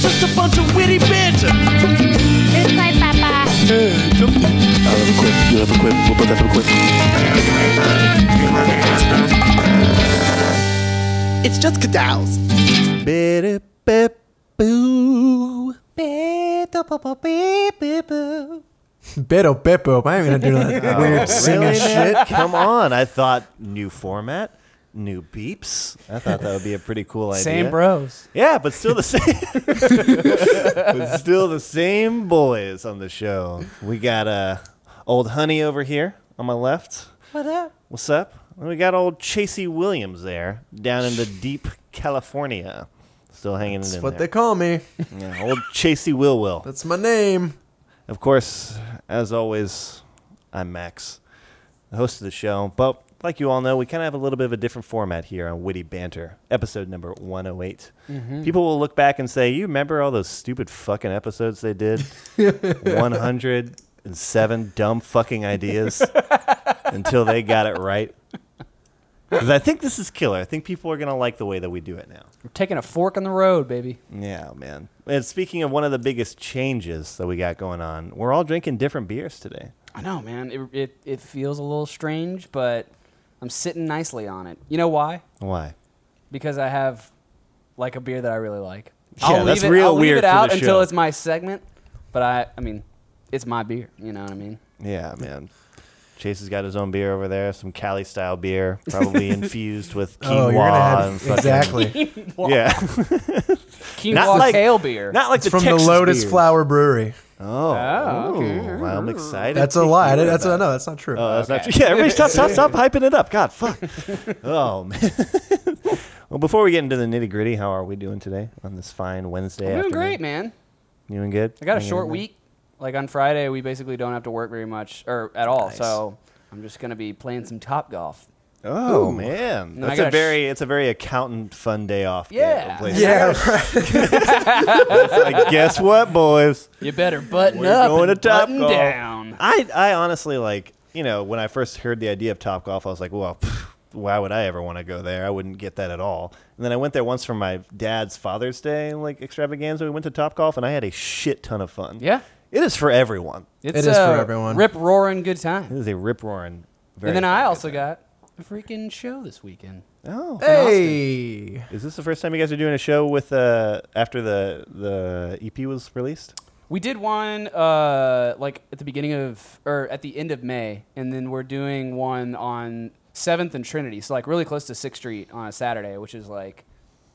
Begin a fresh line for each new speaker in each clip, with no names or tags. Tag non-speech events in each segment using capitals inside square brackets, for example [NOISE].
just a bunch of witty banter.
It's my papa.
I love a quip. You love a quip. We'll both have a quip. It's just cadals.
Beto Beppo. I ain't gonna do
[LAUGHS]
that weird singing
Oh, Really,
shit.
man? Come on. I thought new format, new beeps. I thought that would be a pretty cool idea.
Same bros.
Yeah, but still the [LAUGHS] same. but still the same boys on the show. We got uh, old Honey over here on my left.
What up?
What's up? And we got old Chasey Williams there down in the deep California. Still hanging
That's
in
what they
there.
call me.
Yeah, old Chasey Will Will.
That's my name.
Of course, as always, I'm Max, the host of the show. But like you all know, we kind of have a little bit of a different format here on Witty Banter, episode number 108. People will look back and say, You remember all those stupid fucking episodes they did? 107 dumb fucking ideas until they got it right. Because I think this is killer. I think people are going to like the way that we do it now.
We're taking a fork in the road, baby.
Yeah, man. And speaking of one of the biggest changes that we got going on, we're all drinking different beers today.
I know, man. It, it, it feels a little strange, but I'm sitting nicely on it. You know why?
Why?
Because I have like a beer that I really like.
Yeah,
I'll
that's
leave it,
real
I'll
weird
leave it
for
out
the show.
until it's my segment, but I I mean, it's my beer. You know what I mean?
Yeah, man. Chase has got his own beer over there, some Cali style beer,
[LAUGHS]
probably infused with quinoa
Oh, you're gonna
and
have
fucking, [LAUGHS]
exactly. [LAUGHS]
Yeah,
Quinoa
Not like-
kale beer.
not like
It's
the
from
Texas
the Lotus
beers.
Flower Brewery.
Oh,
Oh, okay.
ooh, well, I'm excited.
That's a
[LAUGHS] to
lie. I
hear
didn't- That's
about
a,
it.
no. That's not true.
Oh, that's not true. Yeah, everybody stop, stop,
[LAUGHS]
stop hyping it up. God, fuck. oh [LAUGHS] man. well, before we get into the nitty gritty, how are we doing today on this fine Wednesday?
I'm doing
afternoon?
great, man.
You doing good?
I got a
Hanging
short
in there?
week. Like on Friday, we basically don't have to work very much or at all.
Nice.
So I'm just gonna be playing some top golf.
Oh man,
No, I
that's a
gotta sh-
very it's a very accountant fun day off. day at
Yeah.
the place.
yeah, right.
It's like, guess what, boys?
You better button
We're
[LAUGHS] up
going
and
to
button
Topgolf.
down.
I I honestly like you know when I first heard the idea of Top Golf, I was like, well, pff, why would I ever want to go there? I wouldn't get that at all. And then I went there once for my dad's Father's Day like extravaganza. We went to Top Golf, and I had a shit ton of fun.
Yeah.
it is for everyone.
It's
is for
a
everyone.
Rip roaring good
It
time.
is a rip roaring.
And then I also got a freaking show this weekend.
Oh,
Hey,
is this the first time you guys are doing a show with uh after the the EP was released?
We did one uh, like at the beginning of or at the end of May, and then we're doing one on Seventh and Trinity, so like really close to Sixth Street on a Saturday, which is like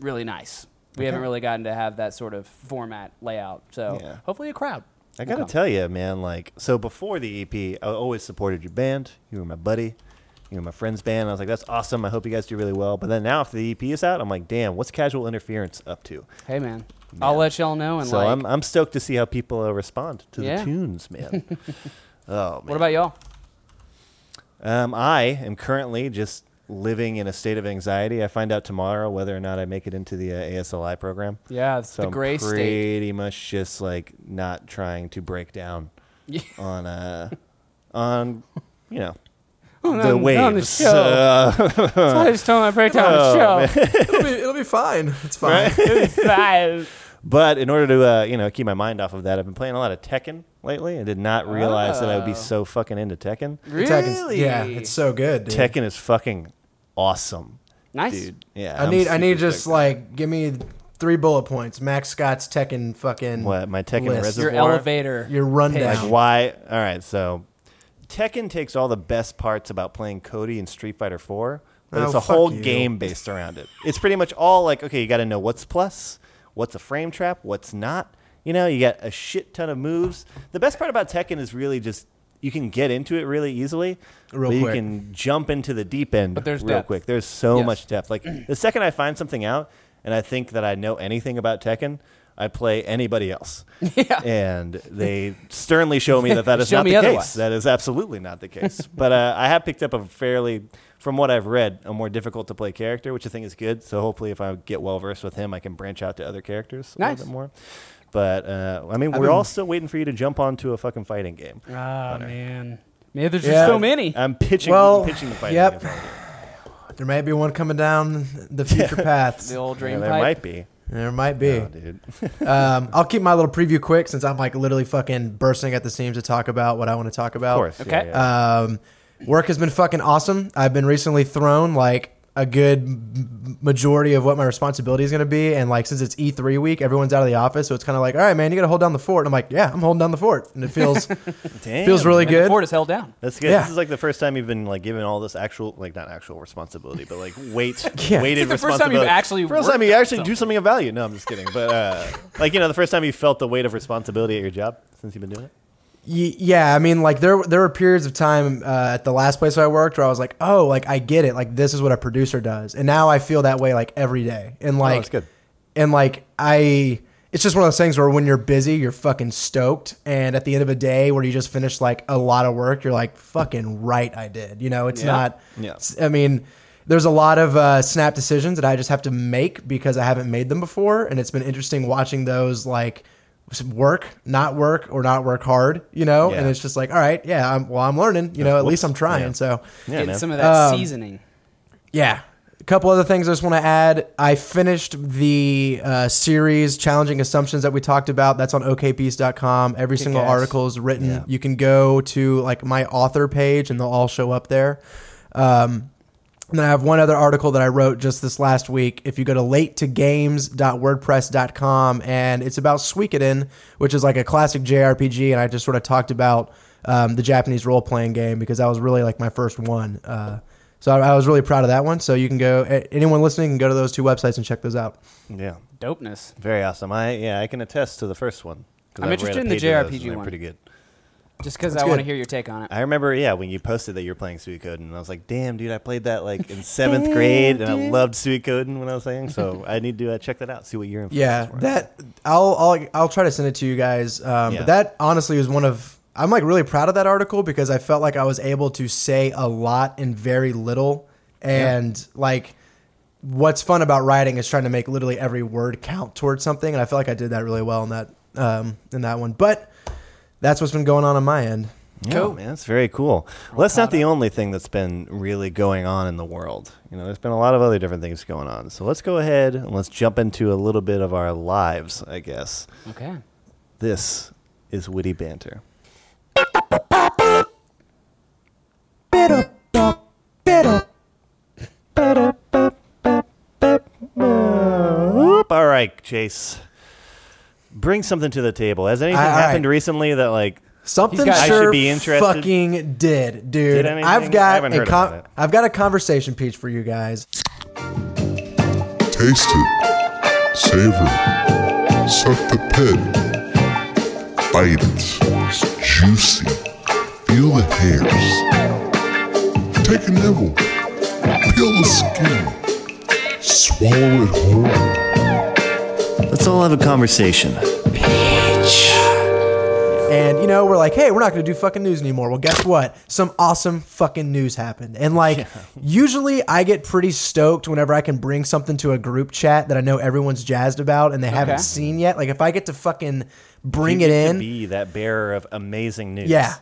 really nice. We haven't really gotten to have that sort of format layout, so
Yeah.
hopefully a crowd.
I
will
gotta
come.
tell you, man. Like, so before the EP, I always supported your band. You were my buddy. You were my friend's band. I was like, that's awesome. I hope you guys do really well. But then now, after the EP is out, I'm like, damn, what's Casual Interference up to?
Hey man, I'll let y'all know. And
so
like,
I'm, uh, I'm stoked to see how people uh, respond to the
Yeah.
tunes,
[LAUGHS]
man. oh man.
what about y'all?
Um, I am currently just living in a state of anxiety. I find out tomorrow whether or not I make it into the uh, ASLI program.
Yeah, it's
So
the gray
I'm
state.
[LAUGHS] pretty much just like not trying to break down
Yeah.
[LAUGHS] on uh on you know
[LAUGHS] On-
the
on the
waves.
show.
Uh,
I just told my breakdown
Oh,
show.
it'll be it'll be fine. It's fine.
[LAUGHS] but in order to uh, you know keep my mind off of that, I've been playing a lot of Tekken lately. I did not realize that I would be
Oh.
so fucking into Tekken.
Tekken's-
Really?
Yeah, it's so good. Dude.
Tekken is fucking awesome,
nice.
dude. Yeah,
I
I'm
need I need
super
just
stoked.
like give me three bullet points. Max Scott's Tekken fucking
what my Tekken
list.
Your
reservoir.
elevator.
your rundown.
Like why? All right, so Tekken takes all the best parts about playing Cody in Street Fighter 4, but
Oh,
it's a
fuck
whole
you.
game based around it. It's pretty much all like, okay, you got to know what's plus, what's a frame trap, what's not. You know, you got a shit ton of moves. The best part about Tekken is really just you can get into it really easily,
Real
but you
quick.
can jump into the deep end
But there's
real
depth.
quick. There's so
Yes.
much depth. Like the second I find something out and I think that I know anything about Tekken, I play anybody else.
[LAUGHS] Yeah.
And they sternly show me that that is
Show
not
me
the case.
otherwise.
That is absolutely not the
[LAUGHS]
case. but uh, I have picked up a fairly, from what I've read, a more difficult to play character, which I think is good. So hopefully, if I get well versed with him, I can branch out to other characters a
Nice.
little bit more. But uh, I mean, we're all still waiting for you to jump onto a fucking fighting game.
Ah man. Yeah, there's
Yeah.
just so many.
I'm pitching,
Well,
pitching the fighting
yep.
game.
There might be one coming down the future paths.
the
[LAUGHS]
old
Yeah,
dream
there
pipe.
might be.
There might be.
Oh, dude.
um, I'll keep my little preview quick since I'm like literally fucking bursting at the seams to talk about what I want to talk about.
of course. Yeah,
Okay.
yeah.
Um, work has been fucking awesome. I've been recently thrown like a good m- majority of what my responsibility is going to be. And like, since it's E3 week, everyone's out of the office. So it's kind of like, all right, man, you got to hold down the fort. And I'm like, yeah, I'm holding down the fort. And it feels,
Damn.
feels really
And the
good.
Ford is held down.
That's good.
Yeah.
This is like the first time you've been like given all this actual, like not actual responsibility, but like weight,
[LAUGHS] Yeah.
weighted
It's like the first time you've
responsibility.
actually
first time
worked
you
on
actually do
something.
something of value. No, I'm just kidding. But uh, like you know, the first time you felt the weight of responsibility at your job since you've been doing it.
Y- yeah, I mean, like there there were periods of time uh, at the last place I worked where I was like, oh, like I get it, like this is what a producer does, and now I feel that way like every day, and like
Oh, that's good.
and like I, it's just one of those things where when you're busy, you're fucking stoked, and at the end of a day where you just finished like a lot of work, you're like, fucking right, I did, you know, it's not,
Yeah.
s- I mean. There's a lot of uh, snap decisions that I just have to make because I haven't made them before, and it's been interesting watching those like work, not work, or not work hard, you know. And
Yeah.
it's just like, all right, yeah, I'm, well, I'm learning, you know. At least I'm trying.
Yeah.
So,
Yeah,
Getting
man.
some of that
Um,
seasoning.
yeah. A couple other things I just want to add. I finished the uh, series challenging assumptions that we talked about. That's on okpiece.com. Every single
ass.
article is written.
Yeah.
You can go to like my author page, and they'll all show up there. Um, and then I have one other article that I wrote just this last week. If you go to latetogames.wordpress.com, and it's about Suikoden, which is like a classic JRPG, and I just sort of talked about um, the Japanese role playing game because that was really like my first one. Uh, so I, I was really proud of that one. So you can go, a- anyone listening can go to those two websites and check those out.
Yeah,
Dopeness.
very awesome. I yeah, I can attest to the first one. 'cause
I'm
I've read
interested
a
in the
page of those,
JRPG
and they're
one.
Pretty good.
Just because
That's
I want to
good.
hear your take on it.
I remember, yeah, when you posted that you were playing Suikoden, and I was like, "Damn, dude, I played that like in seventh grade, and I loved Suikoden when I was young." So I need to uh, check that out, see what you're in.
Yeah, that I'll I'll I'll try to send it to you guys. Um,
Yeah.
But that honestly was one of I'm like really proud of that article because I felt like I was able to say a lot in very little, and like what's fun about writing is trying to make literally every word count towards something, and I feel like I did that really well in that um, in that one. But that's what's been going on on my end.
Yeah, man, that's very cool. Well, that's not the only thing that's been really going on in the world. You know, there's been a lot of other different things going on. So let's go ahead and let's jump into a little bit of our lives, I guess.
Okay.
This is witty banter. All right, Chase. Bring something to the table. Has anything
All right.
happened recently that like
Something
got- I
sure
should be interested.
fucking did, dude.
Did anything?
I've
I
got
haven't
a
heard
con-
about it.
I've got a conversation piece for you guys.
Taste it. Savor it. Suck the pit. Bite it. It's juicy. Feel the hairs. Take a nibble. Peel the skin. Swallow it whole.
let's all have a conversation?
And you know, we're like, hey, we're not going to do fucking news anymore. Well, guess what? Some awesome fucking news happened. And like, usually I get pretty stoked whenever I can bring something to a group chat that I know everyone's jazzed about and they haven't
Okay.
seen yet. Like, if I get to fucking bring
You
it
get to
in,
be that bearer of amazing news.
yeah.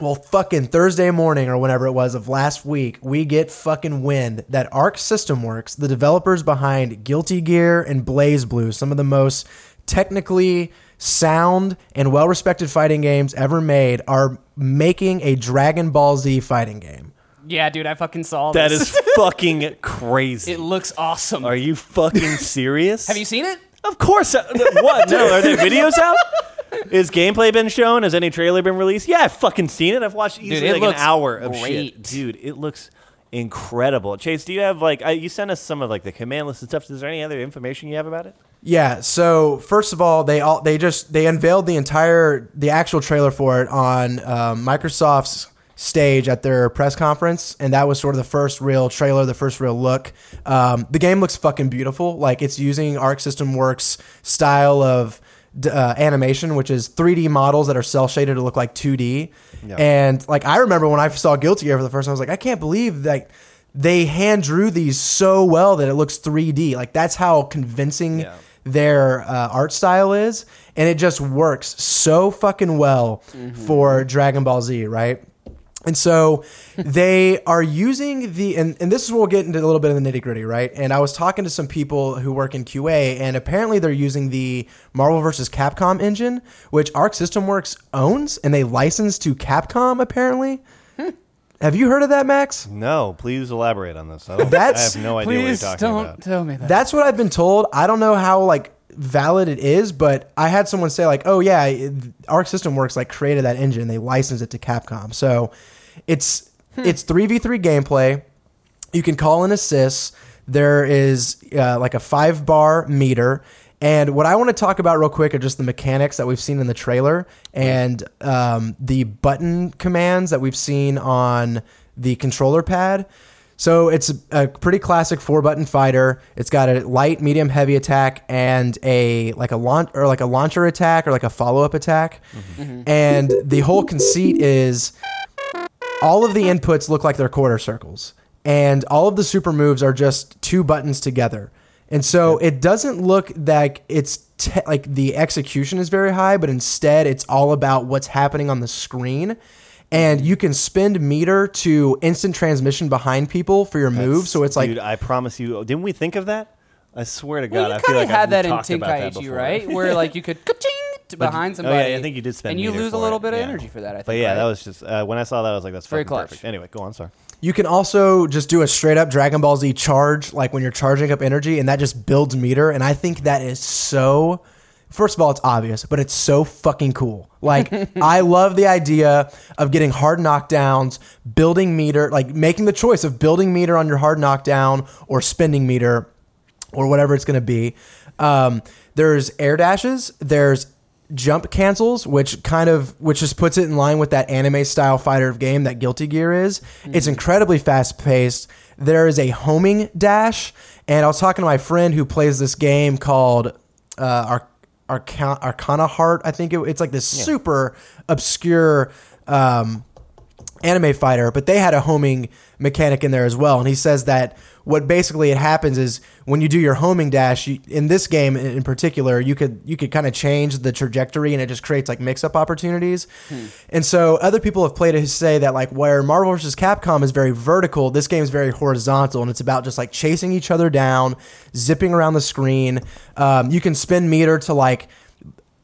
Well, fucking Thursday morning or whenever it was of last week, we get fucking wind that Arc System Works, the developers behind Guilty Gear and Blaze Blue, some of the most technically sound and well respected fighting games ever made, are making a Dragon Ball Z fighting game.
Yeah, dude, I fucking saw
That
this.
[LAUGHS]
is fucking crazy.
It looks awesome.
Are you
[LAUGHS]
fucking serious?
Have you seen it?
Of course. I- what? No, are
[LAUGHS]
there videos out? Is gameplay been shown? Has any trailer been released? Yeah, I've fucking seen it. I've watched easily
it
like an
looks
hour of shit.
great.
Dude, it looks incredible. Chase, do you have like I, you sent us some of like the command list and stuff? Is there any other information you have about it?
Yeah. So first of all, they all they just they unveiled the entire the actual trailer for it on um, Microsoft's stage at their press conference, and that was sort of the first real trailer, the first real look. Um, the game looks fucking beautiful. Like it's using Arc System Works style of d- uh, animation, which is 3D models that are cell shaded to look like 2D. And like I remember when I saw Guilty Gear for the first time, I was like, I can't believe that they hand drew these so well that it looks 3D. Like that's how convincing
Yeah.
their uh, art style is, and it just works so fucking well for Dragon Ball Z, right? And so they are using the, and, and this is where we'll get into a little bit of the nitty gritty, right? And I was talking to some people who work in QA, and apparently they're using the Marvel versus Capcom engine, which Arc System Works owns and they license to Capcom, apparently. Have you heard of that, Max?
No, please elaborate on this. I, don't,
That's-
I have no idea what you're
Please
talking
don't
about.
tell me that.
That's what I've been told. I don't know how like valid it is, but I had someone say like, "Oh yeah, it- Arc System Works like created that engine. They licensed it to Capcom." So it's it's three v three gameplay. You can call in assists. There is uh, like a five bar meter. And what I want to talk about real quick are just the mechanics that we've seen in the trailer and um, the button commands that we've seen on the controller pad. So it's a pretty classic four button fighter. It's got a light, medium, heavy attack and a like a launch or like a launcher attack or like a follow up attack. And the whole conceit is all of the inputs look like they're quarter circles and all of the super moves are just two buttons together and so it doesn't look like it's te- like the execution is very high but instead it's all about what's happening on the screen and you can spend meter to instant transmission behind people for your move so it's like
dude, I promise you. Didn't we think of that? I swear to God,
well, you
I
kind
feel
of
like
had
I've
that in
talked about that
Tenkaichi,
before. [LAUGHS]
right? Where like you could ka-ching to behind
Oh, yeah,
somebody.
I think you did spend.
And you
meter
lose a
for
little
it,
bit of
yeah.
energy for that. I think.
But yeah,
right?
that was just uh, when I saw that, I was like, "That's
Very
fucking
clutch.
perfect." Anyway, go on. Sorry.
You can also just do a straight up Dragon Ball Z charge, like when you're charging up energy, and that just builds meter. And I think that is so. First of all, it's obvious, but it's so fucking cool. Like, I love the idea of getting hard knockdowns, building meter, like making the choice of building meter on your hard knockdown or spending meter or whatever it's going to be. Um, there's air dashes. There's jump cancels, which kind of which just puts it in line with that anime style fighter of game that Guilty Gear is. It's incredibly fast paced. There is a homing dash, and I was talking to my friend who plays this game called uh, Ar- Arca- Arcana Heart. I think it, it's like this super obscure. Um, anime fighter, but they had a homing mechanic in there as well. And he says that what basically it happens is when you do your homing dash you, in this game in in particular, you could you could kind of change the trajectory, and it just creates like mix up opportunities. And so other people have played it who say that like where Marvel vs. Capcom is very vertical, this game is very horizontal, and it's about just like chasing each other down, zipping around the screen. Um, you can spin meter to like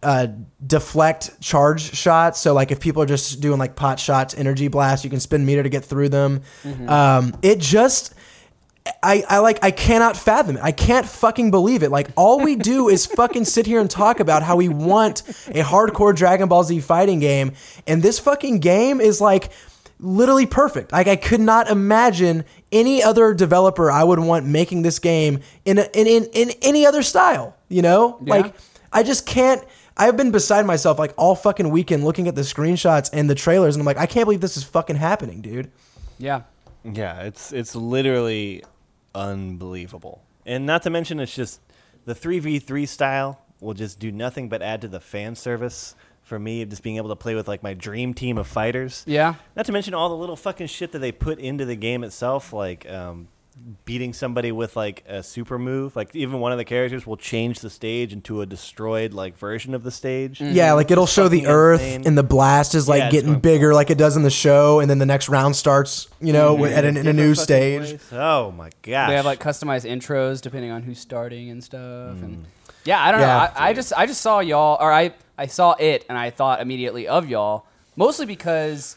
uh, deflect charge shots. So like if people are just doing like pot shots, energy blasts, you can spin meter to get through them. Um, it just. I, I like I cannot fathom it. I can't fucking believe it. Like all we do is fucking sit here and talk about how we want a hardcore Dragon Ball Z fighting game, and this fucking game is like literally perfect. Like I could not imagine any other developer I would want making this game in a, in, in in any other style. You know, like I just can't. I've been beside myself like all fucking weekend looking at the screenshots and the trailers, and I'm like, I can't believe this is fucking happening, dude.
Yeah.
Yeah, it's it's literally unbelievable. And not to mention it's just the 3v3 style will just do nothing but add to the fan service for me just being able to play with like my dream team of fighters.
Yeah.
Not to mention all the little fucking shit that they put into the game itself like um beating somebody with like a super move like even one of the characters will change the stage into a destroyed like version of the stage
Mm-hmm. Yeah, like it'll show the
fucking
earth
Mm-hmm. insane.
and the blast is like
Yeah, it's
getting
going
bigger, like it does in the show, and then the next round starts, you know, with- at an, in a
Different
new
fucking
stage.
place. oh my gosh
They have like customized intros depending on who's starting and stuff. And yeah, I don't
Yeah.
know. I, I just I just saw y'all, or I I saw it, and I thought immediately of y'all, mostly because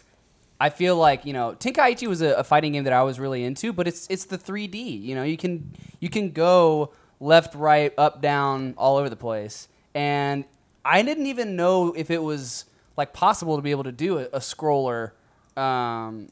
I feel like you know Tenkaichi was a, a fighting game that I was really into, but it's it's the 3D. You know, you can you can go left, right, up, down, all over the place, and I didn't even know if it was like possible to be able to do a, a scroller um,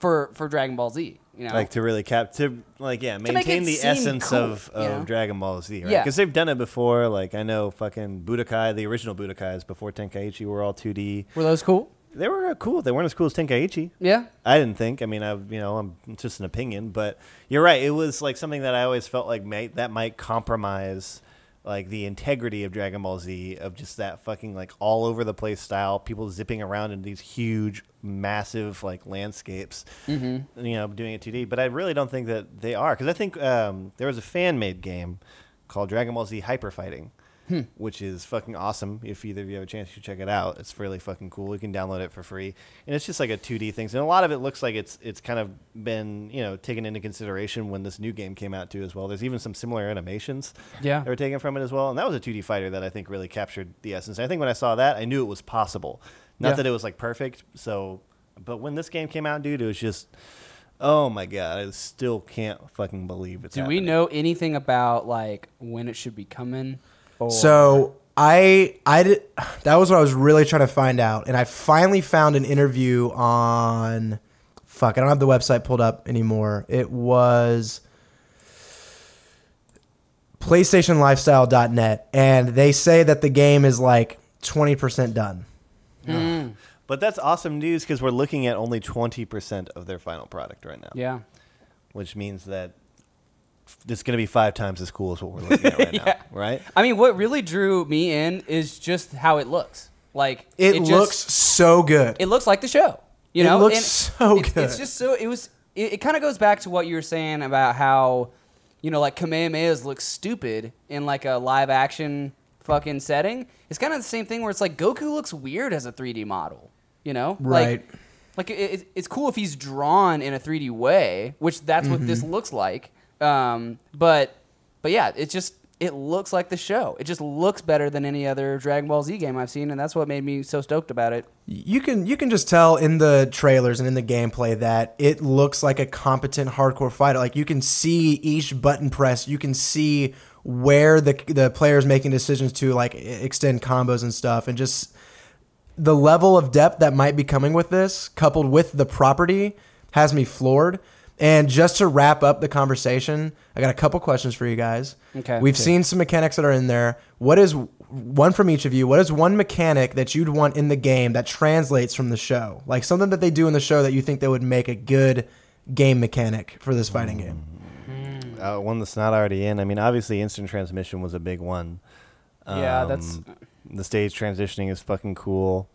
for for Dragon Ball Z. You know,
like to really cap to like yeah
make
maintain
it
the
seem
essence
cool,
of,
you
of
know?
Dragon Ball Z, right?
Yeah.
Because they've done it before. Like I know fucking Budokai, the original Budokais before Tenkaichi were all 2D.
were those cool?
They were uh, cool. They weren't as cool as Tenkaichi.
Yeah.
I didn't think. I mean, I you know, I'm it's just an opinion, but you're right. It was like something that I always felt like might, that might compromise like the integrity of Dragon Ball Z of just that fucking like all over the place style, people zipping around in these huge, massive like landscapes. Mm-hmm. You know, doing it 2D, but I really don't think that they are because I think um, there was a fan made game called Dragon Ball Z Hyper Fighting.
Hmm.
which is fucking awesome. If either of you have a chance, you should check it out. It's really fucking cool. You can download it for free, and it's just like a 2D thing. And a lot of it looks like it's it's kind of been you know taken into consideration when this new game came out too as well. There's even some similar animations
Yeah.
that were taken from it as well, and that was a 2D fighter that I think really captured the essence. I think when I saw that, I knew it was possible. Not
Yeah.
that it was like perfect. So, but when this game came out, dude, it was just. Oh my god! I still can't fucking believe it's.
Do we
happening.
know anything about like when it should be coming? Or
So I I did [SIGHS] that was what I was really trying to find out, and I finally found an interview on. Fuck, I don't have the website pulled up anymore. It was PlayStationLifestyle.net, and they say that the game is like twenty percent done.
But that's awesome news because we're looking at only 20% of their final product right now,
yeah,
which means that it's going to be five times as cool as what we're looking
[LAUGHS]
at right
Yeah.
now, right?
I mean, what really drew me in is just how it looks. Like
It,
just-
looks so good.
it looks like the show. You
It
know,
looks
And
so
it's, It's
good.
just so it was. It, it kind of goes back to what you were saying about how, you know, like Kamehamehas look stupid in like a live action fucking setting. It's kind of the same thing where it's like Goku looks weird as a 3D model. You know,
Right.
Like, like it, it- it's cool if he's drawn in a 3D way, which that's what
Mm-hmm.
this looks like. Um, but but yeah, it just it looks like the show. It just looks better than any other Dragon Ball Z game I've seen, and that's what made me so stoked about it.
you can you can just tell in the trailers and in the gameplay that it looks like a competent hardcore fighter. Like you can see each button press, you can see where the the player is making decisions to like e- extend combos and stuff, and just the level of depth that might be coming with this, coupled with the property, has me floored. And just to wrap up the conversation, I got a couple questions for you guys.
Okay.
We've seen some mechanics that are in there. What is one from each of you? What is one mechanic that you'd want in the game that translates from the show? Like something that they do in the show that you think they would make a good game mechanic for this fighting game.
Uh, one that's not already in. I mean, obviously, instant transmission was a big one.
Yeah, that's-
Um, The stage transitioning is fucking cool.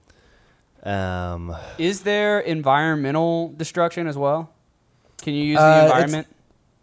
Um,
Is there environmental destruction as well? Can you use the
Uh, it's-
environment?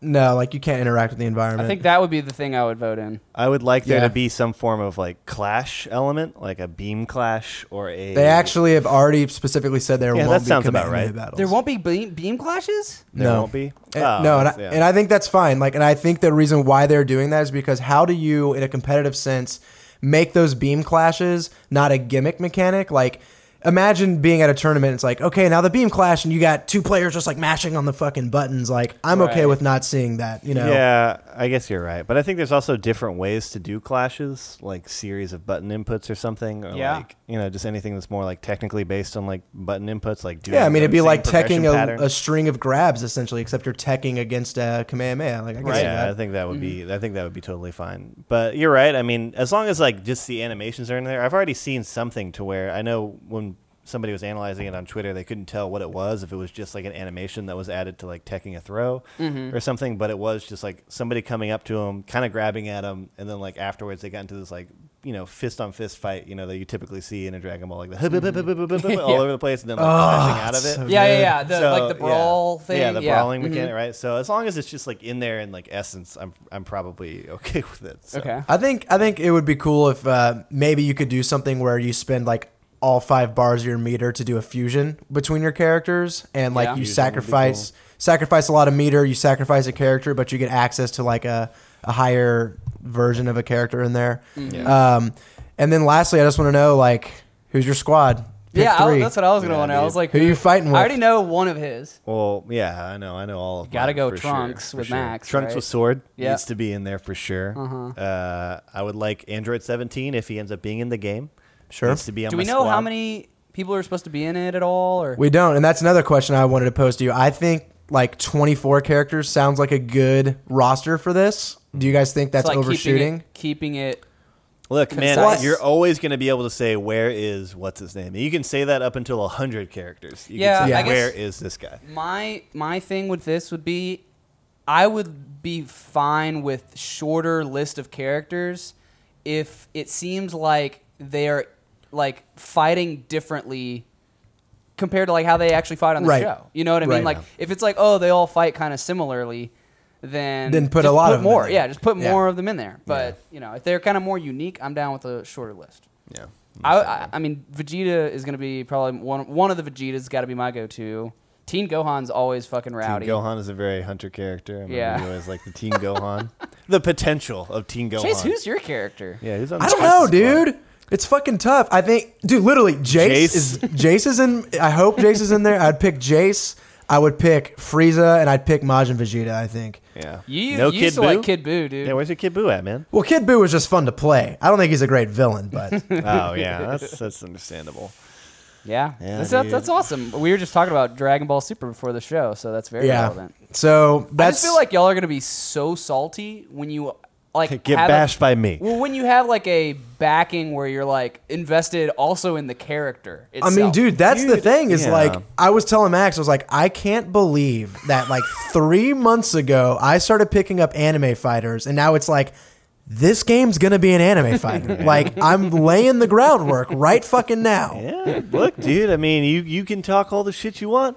No, like you can't interact with the environment.
I think that would be the thing I would vote in.
I would like there
Yeah.
to be some form of like clash element, like a beam clash or a.
they actually have already specifically said there
Yeah,
won't
that
be
sounds about
Kamehameha
right.
battles.
There won't be beam, beam clashes?
There
No.
won't be.
And-
Oh,
no, and I,
yeah.
and I think that's fine. Like, and I think the reason why they're doing that is because how do you, in a competitive sense, make those beam clashes not a gimmick mechanic? Like, imagine being at a tournament. It's like, okay, now the beam clash, and you got two players just like mashing on the fucking buttons. Like, I'm okay
Right.
with not seeing that. You know?
Yeah, I guess you're right. But I think there's also different ways to do clashes, like series of button inputs or something, or
Yeah.
like you know, just anything that's more like technically based on like button inputs, like doing
Yeah, I mean,
the
it'd be
same
like
progression
teching a,
pattern.
a string of grabs essentially, except you're teching against a Kamehameha. Like, I can see
Yeah, I
that.
think that would
Mm-hmm.
be. I think that would be totally fine. But you're right. I mean, as long as like just the animations are in there, I've already seen something to where I know when somebody was analyzing it on Twitter, they couldn't tell what it was if it was just like an animation that was added to like teching a throw
Mm-hmm.
or something. But it was just like somebody coming up to him, kind of grabbing at him, and then like afterwards they got into this like you know fist on fist fight, you know that you typically see in a Dragon Ball, like the [LAUGHS]
Mm-hmm.
all over the place, and then like crashing out of it.
Ah, so
Yeah, yeah,
Good.
yeah. Uh, The, like the
yeah.
brawl thing. Mm-hmm.
Yeah, the brawling mechanic, right? So as long as it's just like in there and like essence, I'm I'm probably [LAUGHS] okay with it. so.
Okay.
I think I think it would be cool if uh, maybe you could do something where you spend like all five bars of your meter to do a fusion between your characters, and like
Yeah.
you
Fusion
sacrifice sacrifice a lot of meter, you sacrifice a character, but you get access to like a, a higher version of a character in there.
Mm.
Um, and then lastly, I just want to know like who's your squad? Pick
Yeah, I,
three.
that's what I was going to
Yeah,
want to. I
dude.
was like,
Who you fighting with?
I already know one of his.
Well, yeah, I know, I know all of.
Gotta
mine
go
for
Trunks
sure,
with
for sure.
Max,
Trunks
right?
with sword
Yeah.
needs to be in there for sure. Uh-huh. I would like Android 17 if he ends up being in the game.
Sure.
Needs to be on
Do
my
we know how
squad.
many people are supposed to be in it at all? Or
We don't, and that's another question I wanted to pose to you. I think like 24 characters sounds like a good roster for this. Do you guys think
It's
that's
like
overshooting?
Keeping it, keeping it
Look, man,
Concise.
you're always going to be able to say where is what's his name. You can say that up until hundred characters. You
Yeah,
can say,
I guess-
where is this guy?
my my thing with this would be I would be fine with shorter list of characters if it seems like they're like fighting differently compared to like how they actually fight on the
Right.
show. You know what I mean?
Right.
Like if it's like oh they all fight kind of similarly, then
Then put a
just
lot of them in
more.
there.
yeah, just put
Yeah.
more of them in there. But you know, if they're kind of more unique, I'm down with a shorter list.
Yeah.
I, I, I mean, Vegeta is going to be probably one one of the Vegetas. Got to be my go-to. Teen Gohan's always fucking rowdy.
Teen Gohan is a very hunter character. I remember
Yeah.
you always like the Teen
[LAUGHS]
Gohan. the potential of Teen Gohan.
Chase, who's your character?
yeah, who's on
I
the
don't
Justice
know,
Squad?
dude. It's fucking tough. I think, dude. Literally, Jace,
Jace?
is Jace is in. I hope Jace is in there. I'd pick Jace. I would pick Frieza, and I'd pick Majin Vegeta. I think.
Yeah.
You,
no
you
Kid
used to
Buu?
like Kid Boo, dude.
Yeah, where's your Kid Boo at,
[LAUGHS]
man?
Well, Kid Buu was just fun to play. I don't think he's a great villain, but
oh yeah, that's that's understandable.
Yeah,
Yeah,
that's, that's,
dude.
that's awesome. We were just talking about Dragon Ball Super before the show, so that's very
yeah.
relevant.
So
I
that's
just feel like y'all are gonna be so salty when you
[LAUGHS]
like
Get
have a-
bashed by me.
well, when you have like a backing where you're like invested also in the character.
I
Itself.
mean, dude, that's the
Dude,
thing is
yeah.
like I was telling Max, I was like, I can't believe that like [LAUGHS] three months ago I started picking up anime fighters, and now it's like this game's gonna be
[LAUGHS]
an anime fighter. like I'm laying the groundwork right fucking now.
Yeah, [LAUGHS] look, dude. I mean, you you can talk all the shit you want,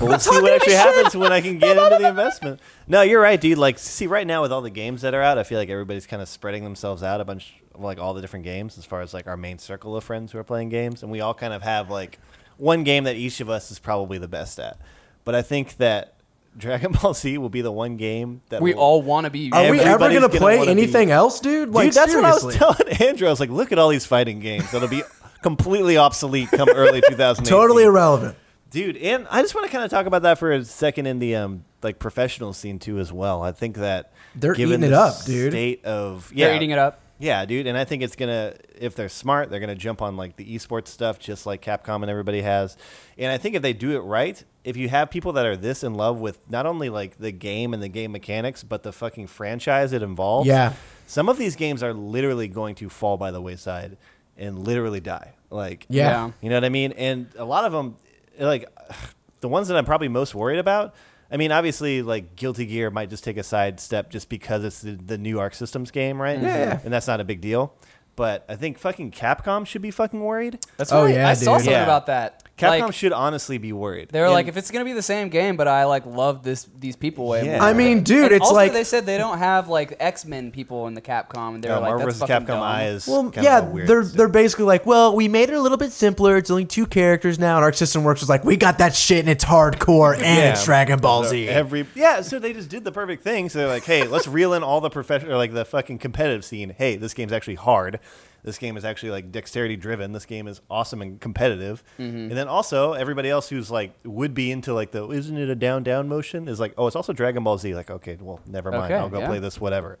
but we'll see
talking
what
any
actually
shit.
happens when I can get into
[LAUGHS]
the investment. No, you're right, dude. Like, see, right now with all the games that are out, I feel like everybody's kind of spreading themselves out a bunch of like all the different games as far as like our main circle of friends who are playing games, and we all kind of have like one game that each of us is probably the best at. But I think that Dragon [LAUGHS] Ball Z will be the one game that
we
will-
all want to be.
Are we ever
Everybody's
gonna
gonna
play
wanna be-
anything else, dude? Like
Dude, that's
seriously.
what I was telling [LAUGHS] Andrew. I was like, look at all these fighting games. That'll
[LAUGHS]
be completely obsolete come early 2018.
totally irrelevant.
Dude, and I just want to kind of talk about that for a second in the um like professional scene too as well. I think that
They're
given
eating it
the
up, dude.
State of yeah,
They're eating it up.
Yeah, dude, and I think it's gonna if they're smart, they're gonna jump on like the esports stuff, just like Capcom and everybody has. And I think if they do it right, if you have people that are this in love with not only like the game and the game mechanics, but the fucking franchise it involves.
Yeah.
some of these games are literally going to fall by the wayside and literally die. Like
Yeah.
Yeah.
you know what I mean? And a lot of them, like [SIGHS] the ones that I'm probably most worried about. I mean, obviously, like Guilty Gear might just take a side step just because it's the, the new Arc Systems game, right?
yeah.
And that's not a big deal. But I think fucking Capcom should be fucking worried.
That's
Oh,
right.
yeah,
I saw
dude.
something
Yeah.
about that.
Capcom
Like,
should honestly be worried.
they were
And-
like, if it's gonna be the same game, but I like love this these people way
Yeah.
more.
I mean, dude,
And
it's
also
like
they said they don't have like X Men people in the Capcom, and they were
uh,
like,
Marvel
"That's
vs. Capcom
fucking dumb."
Eye is
Well,
kind of
yeah,
a weird
they're
thing.
they're basically like, well, we made it a little bit simpler. It's only two characters now, and our system works. It's like we got that shit, and it's hardcore, and
Yeah.
it's Dragon Ball
So
Z.
Every yeah, so they just did the perfect thing. So they're like, hey, let's reel in all the professional, like the fucking competitive scene. Hey, this game's actually hard. This game is actually like dexterity driven. This game is awesome and competitive.
Mm-hmm.
And then also everybody else who's like would be into like the isn't it a down down motion is like, oh, it's also Dragon Ball Z. Like, okay, well, never mind.
Okay,
I'll go
yeah.
play this
[LAUGHS]
whatever.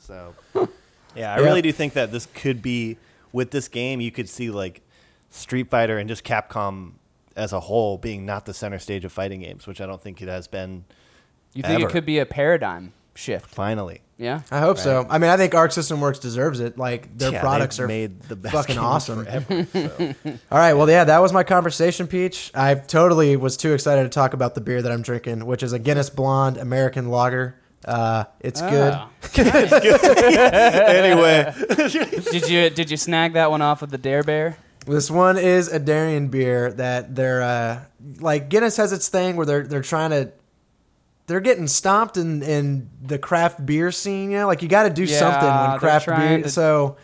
so yeah, I really do think that this could be with this game. You could see like Street Fighter and just Capcom as a whole being not the center stage of fighting games, which I don't think it has been.
You think
Ever.
it could be a paradigm shift?
Finally,
[LAUGHS] Yeah.
I hope so. I mean, I think Arc System Works deserves it. Like their
Yeah,
products
they've
are
made the best
fucking
game
awesome. [LAUGHS]
forever, so.
All right, well, yeah, that was my conversation, Peach. I totally was too excited to talk about the beer that I'm drinking, which is a Guinness Blonde American Lager. Uh, it's good.
Ah.
anyway,
did you did you snag that one off of the Dare Bear?
This one is a Darien beer that they're uh, like Guinness has its thing where they're they're trying to they're getting stomped in in the craft beer scene. You know, like you got to do
Yeah,
something when
they're
craft
trying
beer.
to-
So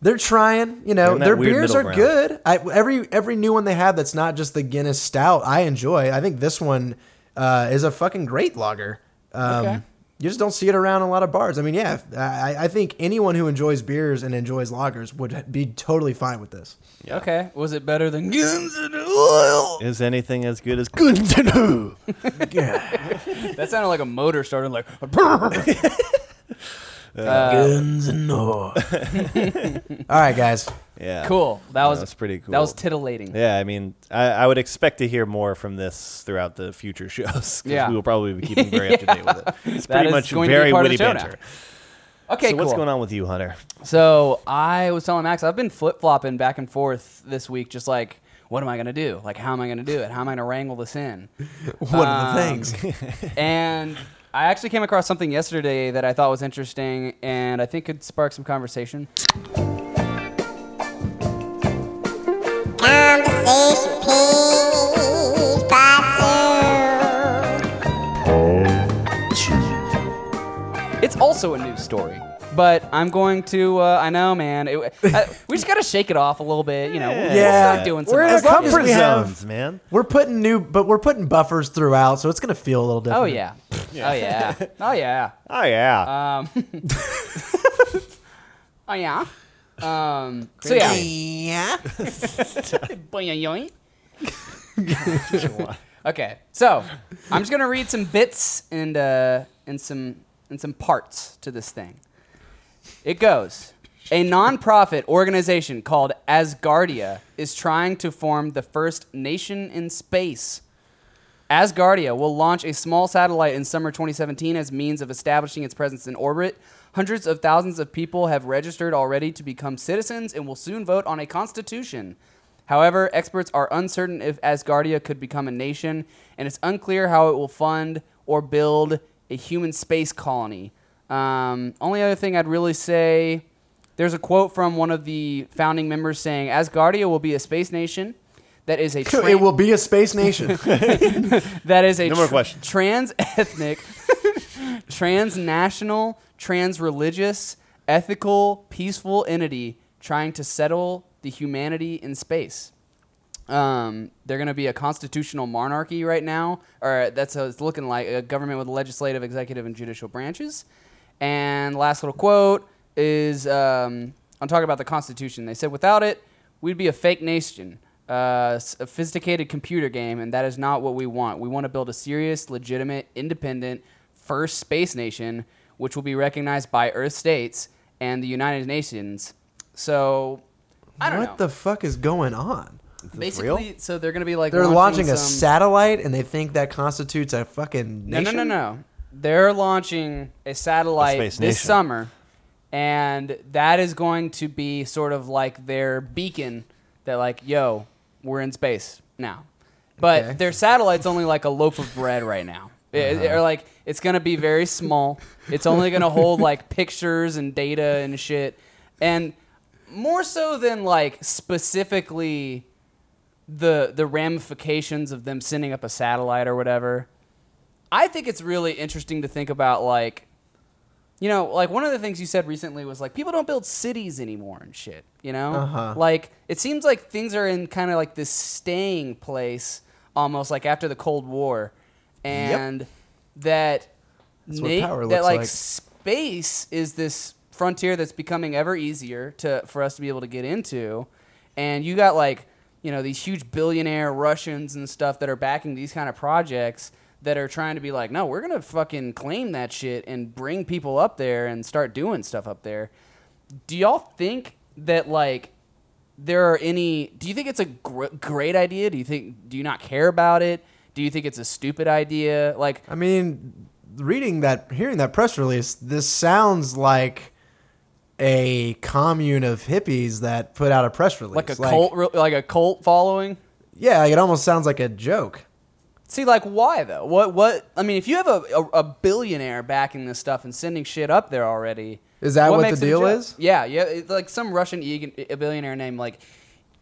they're trying. You know,
in that
their
weird
beers
middle
are
ground.
good. I, every every new one they have that's not just the Guinness Stout. I enjoy. I think this one uh, is a fucking great lager. Um,
Okay.
You just don't see it around a lot of bars. I mean, yeah, I, I think anyone who enjoys beers and enjoys lagers would be totally fine with this.
Okay. Was it better than Guns N'
is anything as good as good to know?
[LAUGHS] That sounded like a motor starting like. [LAUGHS] Uh,
Guns and
[LAUGHS]
all. all right, guys.
Yeah,
Cool. That was
that's pretty cool.
That was titillating.
Yeah, I mean, I, I would expect to hear more from this throughout the future [LAUGHS] shows. 'cause
Yeah.
we will probably be keeping very up to date with
[LAUGHS]
it. It's
That
pretty
is
much
going to be
very
part of
witty
the show now.
banter. so
Okay. cool.
what's going on with you, Hunter?
So I was telling Max, I've been flip flopping back and forth this week, just like, what am I gonna do? Like, how am I gonna do it? How am I gonna wrangle
[LAUGHS]
this in? Um,
One of the things. [LAUGHS]
and I actually came across something yesterday that I thought was interesting, and I think could spark some conversation.
Conversation Peach Patsu.
Pod
also a news story. But I'm going to. Uh, I know, man. It,
[LAUGHS]
I, we just gotta shake it off a little bit. You know, we'll-
Yeah.
we'll start doing some. Oh,
We're in
as
a
long as
comfort
we have-
have-
zones, man.
We're putting new, but we're putting buffers throughout, so it's gonna feel a little different. [LAUGHS]
Oh yeah. oh yeah. Oh yeah.
Oh yeah.
Um, oh yeah. Um, so yeah. [LAUGHS] Boing-yoing. okay, so I'm just gonna read some bits and uh, and some and some parts to this thing. It goes. A nonprofit organization called Asgardia is trying to form the first nation in space. Asgardia will launch a small satellite in summer 2017 as means of establishing its presence in orbit. Hundreds of thousands of people have registered already to become citizens and will soon vote on a constitution. However, experts are uncertain if Asgardia could become a nation, and it's unclear how it will fund or build a human space colony. Um, only other thing I'd really say there's a quote from one of the founding members saying Asgardia will be a space nation that is a
[LAUGHS]
tra-
It will be a space nation.
that is a
No more
tr-
questions.
trans-ethnic, [LAUGHS] transnational, trans-religious, ethical, peaceful entity trying to settle the humanity in space. Um, they're going to be a constitutional monarchy right now, or that's what it's looking like a government with legislative, executive, and judicial branches. And last little quote is um, I'm talking about the Constitution. They said, without it, we'd be a fake nation, uh, a sophisticated computer game, and that is not what we want. We want to build a serious, legitimate, independent, first space nation, which will be recognized by Earth states and the United Nations. So, [LAUGHS] I don't know.
what the fuck is going on?
Is this real?
Basically, so they're going to be like
They're launching, a
some-
satellite, and they think that constitutes a fucking
No, no,
nation.
no, no. They're launching a satellite
A
this
space nation.
summer, and that is going to be sort of like their beacon. That like, yo, we're in space now, but
Okay.
their satellite's only like a loaf of bread right now. It- or like, it's gonna be very small. It's only gonna hold like pictures and data and shit, and more so than like specifically the the ramifications of them sending up a satellite or whatever. I think it's really interesting to think about like you know, like one of the things you said recently was like people don't build cities anymore and shit, you know?
Uh-huh.
Like it seems like things are in kind of like this staying place almost like after the Cold War and that
what
na-
power
that
looks
like,
like.
space is this frontier that's becoming ever easier to for us to be able to get into and you got like you know these huge billionaire russians and stuff that are backing these kind of projects that are trying to be like no we're gonna fucking claim that shit and bring people up there and start doing stuff up there do y'all think that like there are any do you think it's a gr- great idea do you think do you not care about it do you think it's a stupid idea like
I mean, reading that, hearing that press release, this sounds like a commune of hippies that put out a press release.
like a cult re- like a cult following
Yeah, it almost sounds like a joke.
See, like, why though? What? What? I mean, if you have a, a, a billionaire backing this stuff and sending shit up there already,
Is that what the
makes it a
deal
joke?
is?
Yeah, yeah. It's like some Russian e- a billionaire named like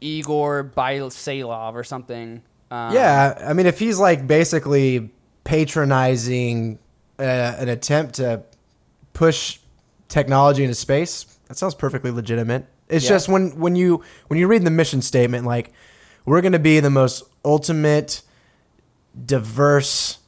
Igor Bysalov or something. Um,
yeah, I mean, if he's like basically patronizing uh, an attempt to push technology into space, that sounds perfectly legitimate. It's
Yeah.
just when when you when you read the mission statement, like we're going to be the most ultimate, diverse,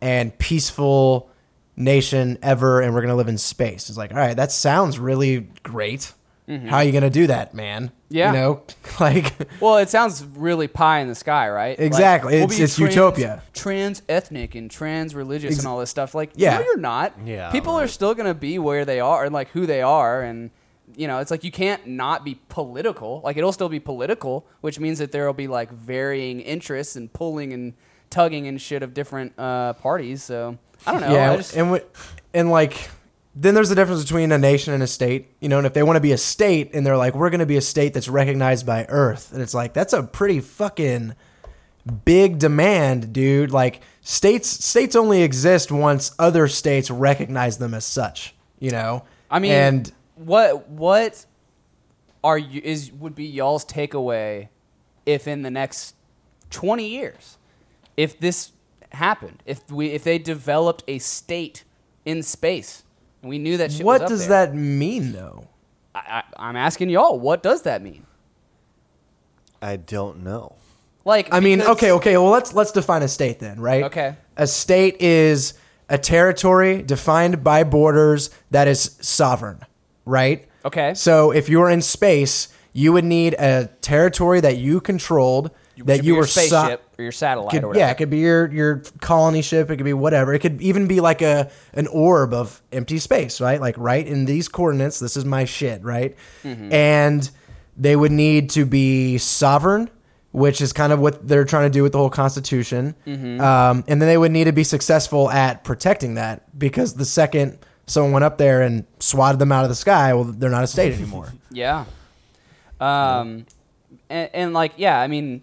and peaceful nation ever, and we're going to live in space. It's like, all right, that sounds really great. How are you going to do that, man?
Mm-hmm. Yeah.
you know, [LAUGHS] like.
Well, it sounds really pie in the sky, right? Like,
Exactly.
we'll
It's-
be
it's utopia.
Trans ethnic and trans religious
Ex-
and all this stuff. Like,
Yeah.
no, you're not.
Yeah,
People are still going to be where they are and like who they are. And, you know, it's like you can't not be political. Like, it'll still be political, which means that there will be like varying interests and pulling and tugging and shit of different uh, parties. So, I don't know.
Yeah,
I just,
and w- and like then there's the difference between a nation and a state, you know. And if they want to be a state, and they're like, we're going to be a state that's recognized by Earth, and it's like that's a pretty fucking big demand, dude. Like states states only exist once other states recognize them as such, you know.
I mean,
and
what what are you is would be y'all's takeaway if in the next 20 years if this happened if we if they developed a state in space We knew that shit. was
What
up
does
there.
that mean, though?
I, I, I'm asking y'all. What does that mean?
I don't know.
Like,
I mean,
because-
okay, okay. Well, let's let's define a state then, right?
Okay.
A state is a territory defined by borders that is sovereign, right?
Okay.
So if you were in space, you would need a territory that you controlled that
Which would be
you
your
were so-
spaceship or your satellite
could-
or whatever.
yeah, it could be your your colony ship. It could be whatever. It could even be like a an orb of empty space, right? Like right in these coordinates, this is my shit, right?
Mm-hmm.
And they would need to be sovereign, which is kind of what they're trying to do with the whole Constitution.
Mm-hmm.
Um, and then they would need to be successful at protecting that because the second someone went up there and swatted them out of the sky, well, they're not a state anymore.
Yeah. Um, and, and like, yeah, I mean,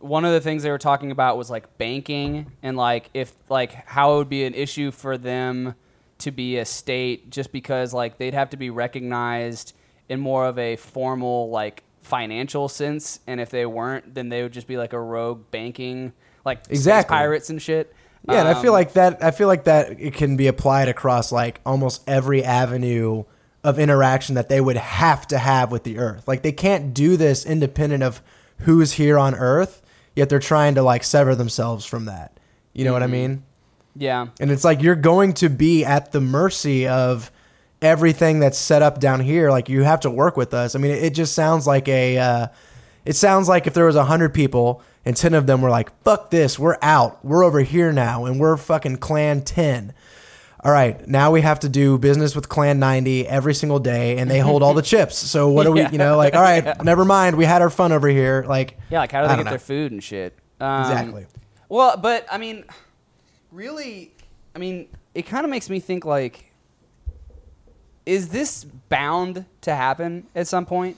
one of the things they were talking about was like banking and like if like how it would be an issue for them to be a state just because like they'd have to be recognized in more of a formal like financial sense and if they weren't then they would just be like a rogue banking like space
Exactly.
pirates and shit
Yeah, and I feel
Um,
like that. I feel like that it can be applied across like almost every avenue of interaction that they would have to have with the Earth. Like they can't do this independent of who's here on Earth. Yet they're trying to like sever themselves from that. You know what I mean?
yeah
And it's like you're going to be at the mercy of everything that's set up down here. Like you have to work with us. I mean, it, it just sounds like a. Uh, it sounds like if there was hundred people and ten of them were like, "Fuck this, we're out. We're over here now, and we're fucking Clan ten. All right, now we have to do business with Clan ninety every single day, and they hold all the chips. So what do we? You know, like, all right, never mind. We had our fun over here. Like,
Yeah, like how do
I
they
don't
get
know.
their food and shit? Um,
Exactly.
Well, but I mean, really, I mean, it kind of makes me think like, is this bound to happen at some point?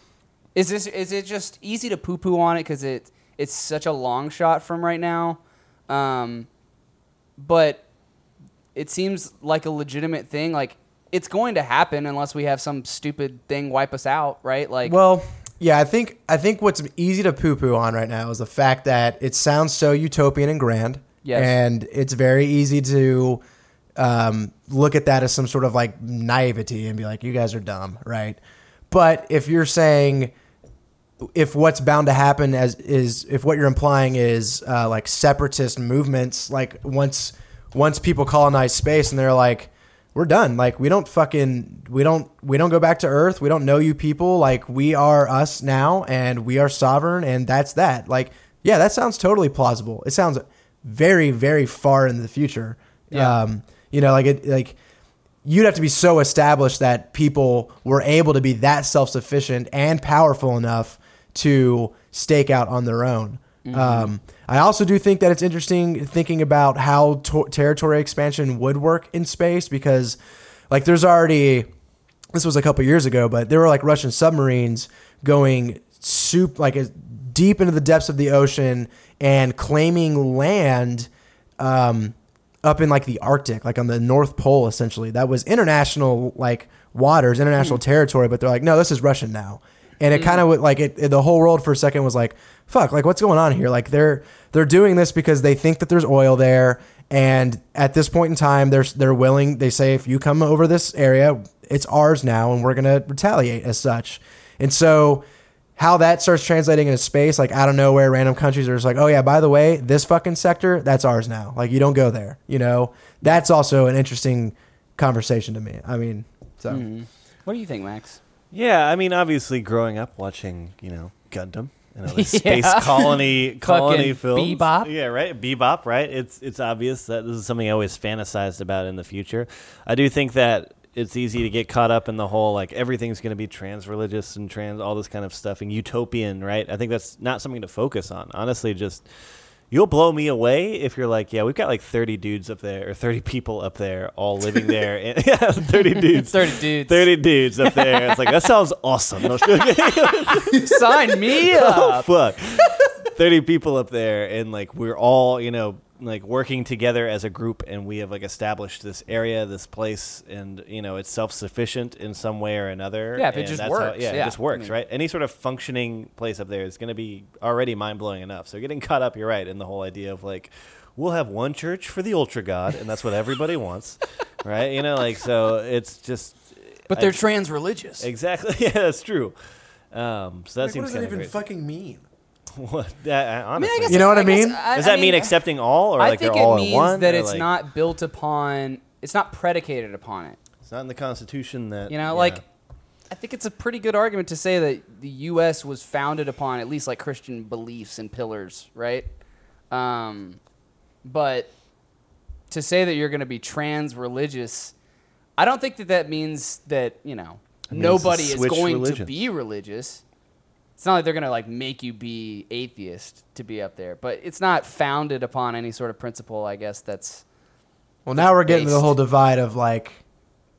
Is this is it just easy to poo poo on it because it it's such a long shot from right now? Um, but it seems like a legitimate thing. Like it's going to happen unless we have some stupid thing wipe us out, right? Like,
Well, yeah, I think I think what's easy to poo poo on right now is the fact that it sounds so utopian and grand.
Yes.
And it's very easy to um, look at that as some sort of like naivety and be like, you guys are dumb, right? But if you're saying if what's bound to happen as is if what you're implying is uh, like separatist movements like once once people colonize space and they're like we're done like we don't fucking we don't we don't go back to earth we don't know you people like we are us now and we are sovereign and that's that like yeah that sounds totally plausible it sounds very very far in the future
Yeah.
um you know like it like you'd have to be so established that people were able to be that self-sufficient and powerful enough to stake out on their own. Um, I also do think that it's interesting thinking about how to- territory expansion would work in space because, like, there's already this was a couple years ago, but there were like Russian submarines going soup like as deep into the depths of the ocean and claiming land um, up in like the Arctic, like on the North Pole, essentially. That was international like waters, international territory, but they're like, no, this is Russian now. And it kind of like it, it- the whole world for a second was like, fuck, like what's going on here? Like they're they're doing this because they think that there's oil there, and at this point in time, they're they're willing. They say if you come over this area, it's ours now, and we're gonna retaliate as such. And so how that starts translating into space, like out of nowhere, random countries are just like, oh yeah, by the way, this fucking sector, that's ours now. Like you don't go there. You know, that's also an interesting conversation to me. I mean, so
what do you think, Max?
Yeah, I mean, obviously, growing up watching, you know, Gundam and
[LAUGHS]
other space colony colony
Fucking
films.
Bebop.
Yeah, right. Bebop, right? It's it's obvious that this is something I always fantasized about in the future. I do think that it's easy to get caught up in the whole like everything's going to be trans religious and trans all this kind of stuff and utopian, right? I think that's not something to focus on. Honestly, just You'll blow me away if you're like, yeah, we've got like 30 dudes up there or 30 people up there all living there. [LAUGHS]
[LAUGHS]
And, yeah, 30 dudes.
30 dudes.
30 dudes up there. It's like, that sounds awesome. No,
[LAUGHS]
[LAUGHS]
Sign me
Oh,
up.
fuck. 30 people up there and like we're all, you know, like working together as a group and we have like established this area, this place and, you know, it's self-sufficient in some way or another.
Yeah, if it
and
just
that's
works,
yeah,
yeah.
it just works,
I mean-
right? Any sort of functioning place up there is going to be already mind-blowing enough. So getting caught up, you're right, in the whole idea of like we'll have one church for the ultra god, and that's what everybody wants, right? You know, like so it's just.
But
I-
they're trans religious.
[LAUGHS] exactly. Yeah, that's true. Um, so that
what
seems
does
kind
it
of
even
great.
fucking mean?
[LAUGHS] what, [LAUGHS] that, I- honestly,
You know what I mean?
does that mean, accepting all, or
I
like
think
they're all
it
in
means
one?
that
or,
it's
like-
not built upon. It's not predicated upon it.
It's not in the Constitution that
You know,
yeah.
like I think it's a pretty good argument to say that the U.S. was founded upon at least like Christian beliefs and pillars, right? Um, but to say that you're going to be trans religious, I don't think that that means that you know
means to
nobody is
switch
going to
religions.
be religious. It's not like they're going to like make you be atheist to be up there, but it's not founded upon any sort of principle, I guess. That's
Well, now we're getting to the
based.
whole divide of like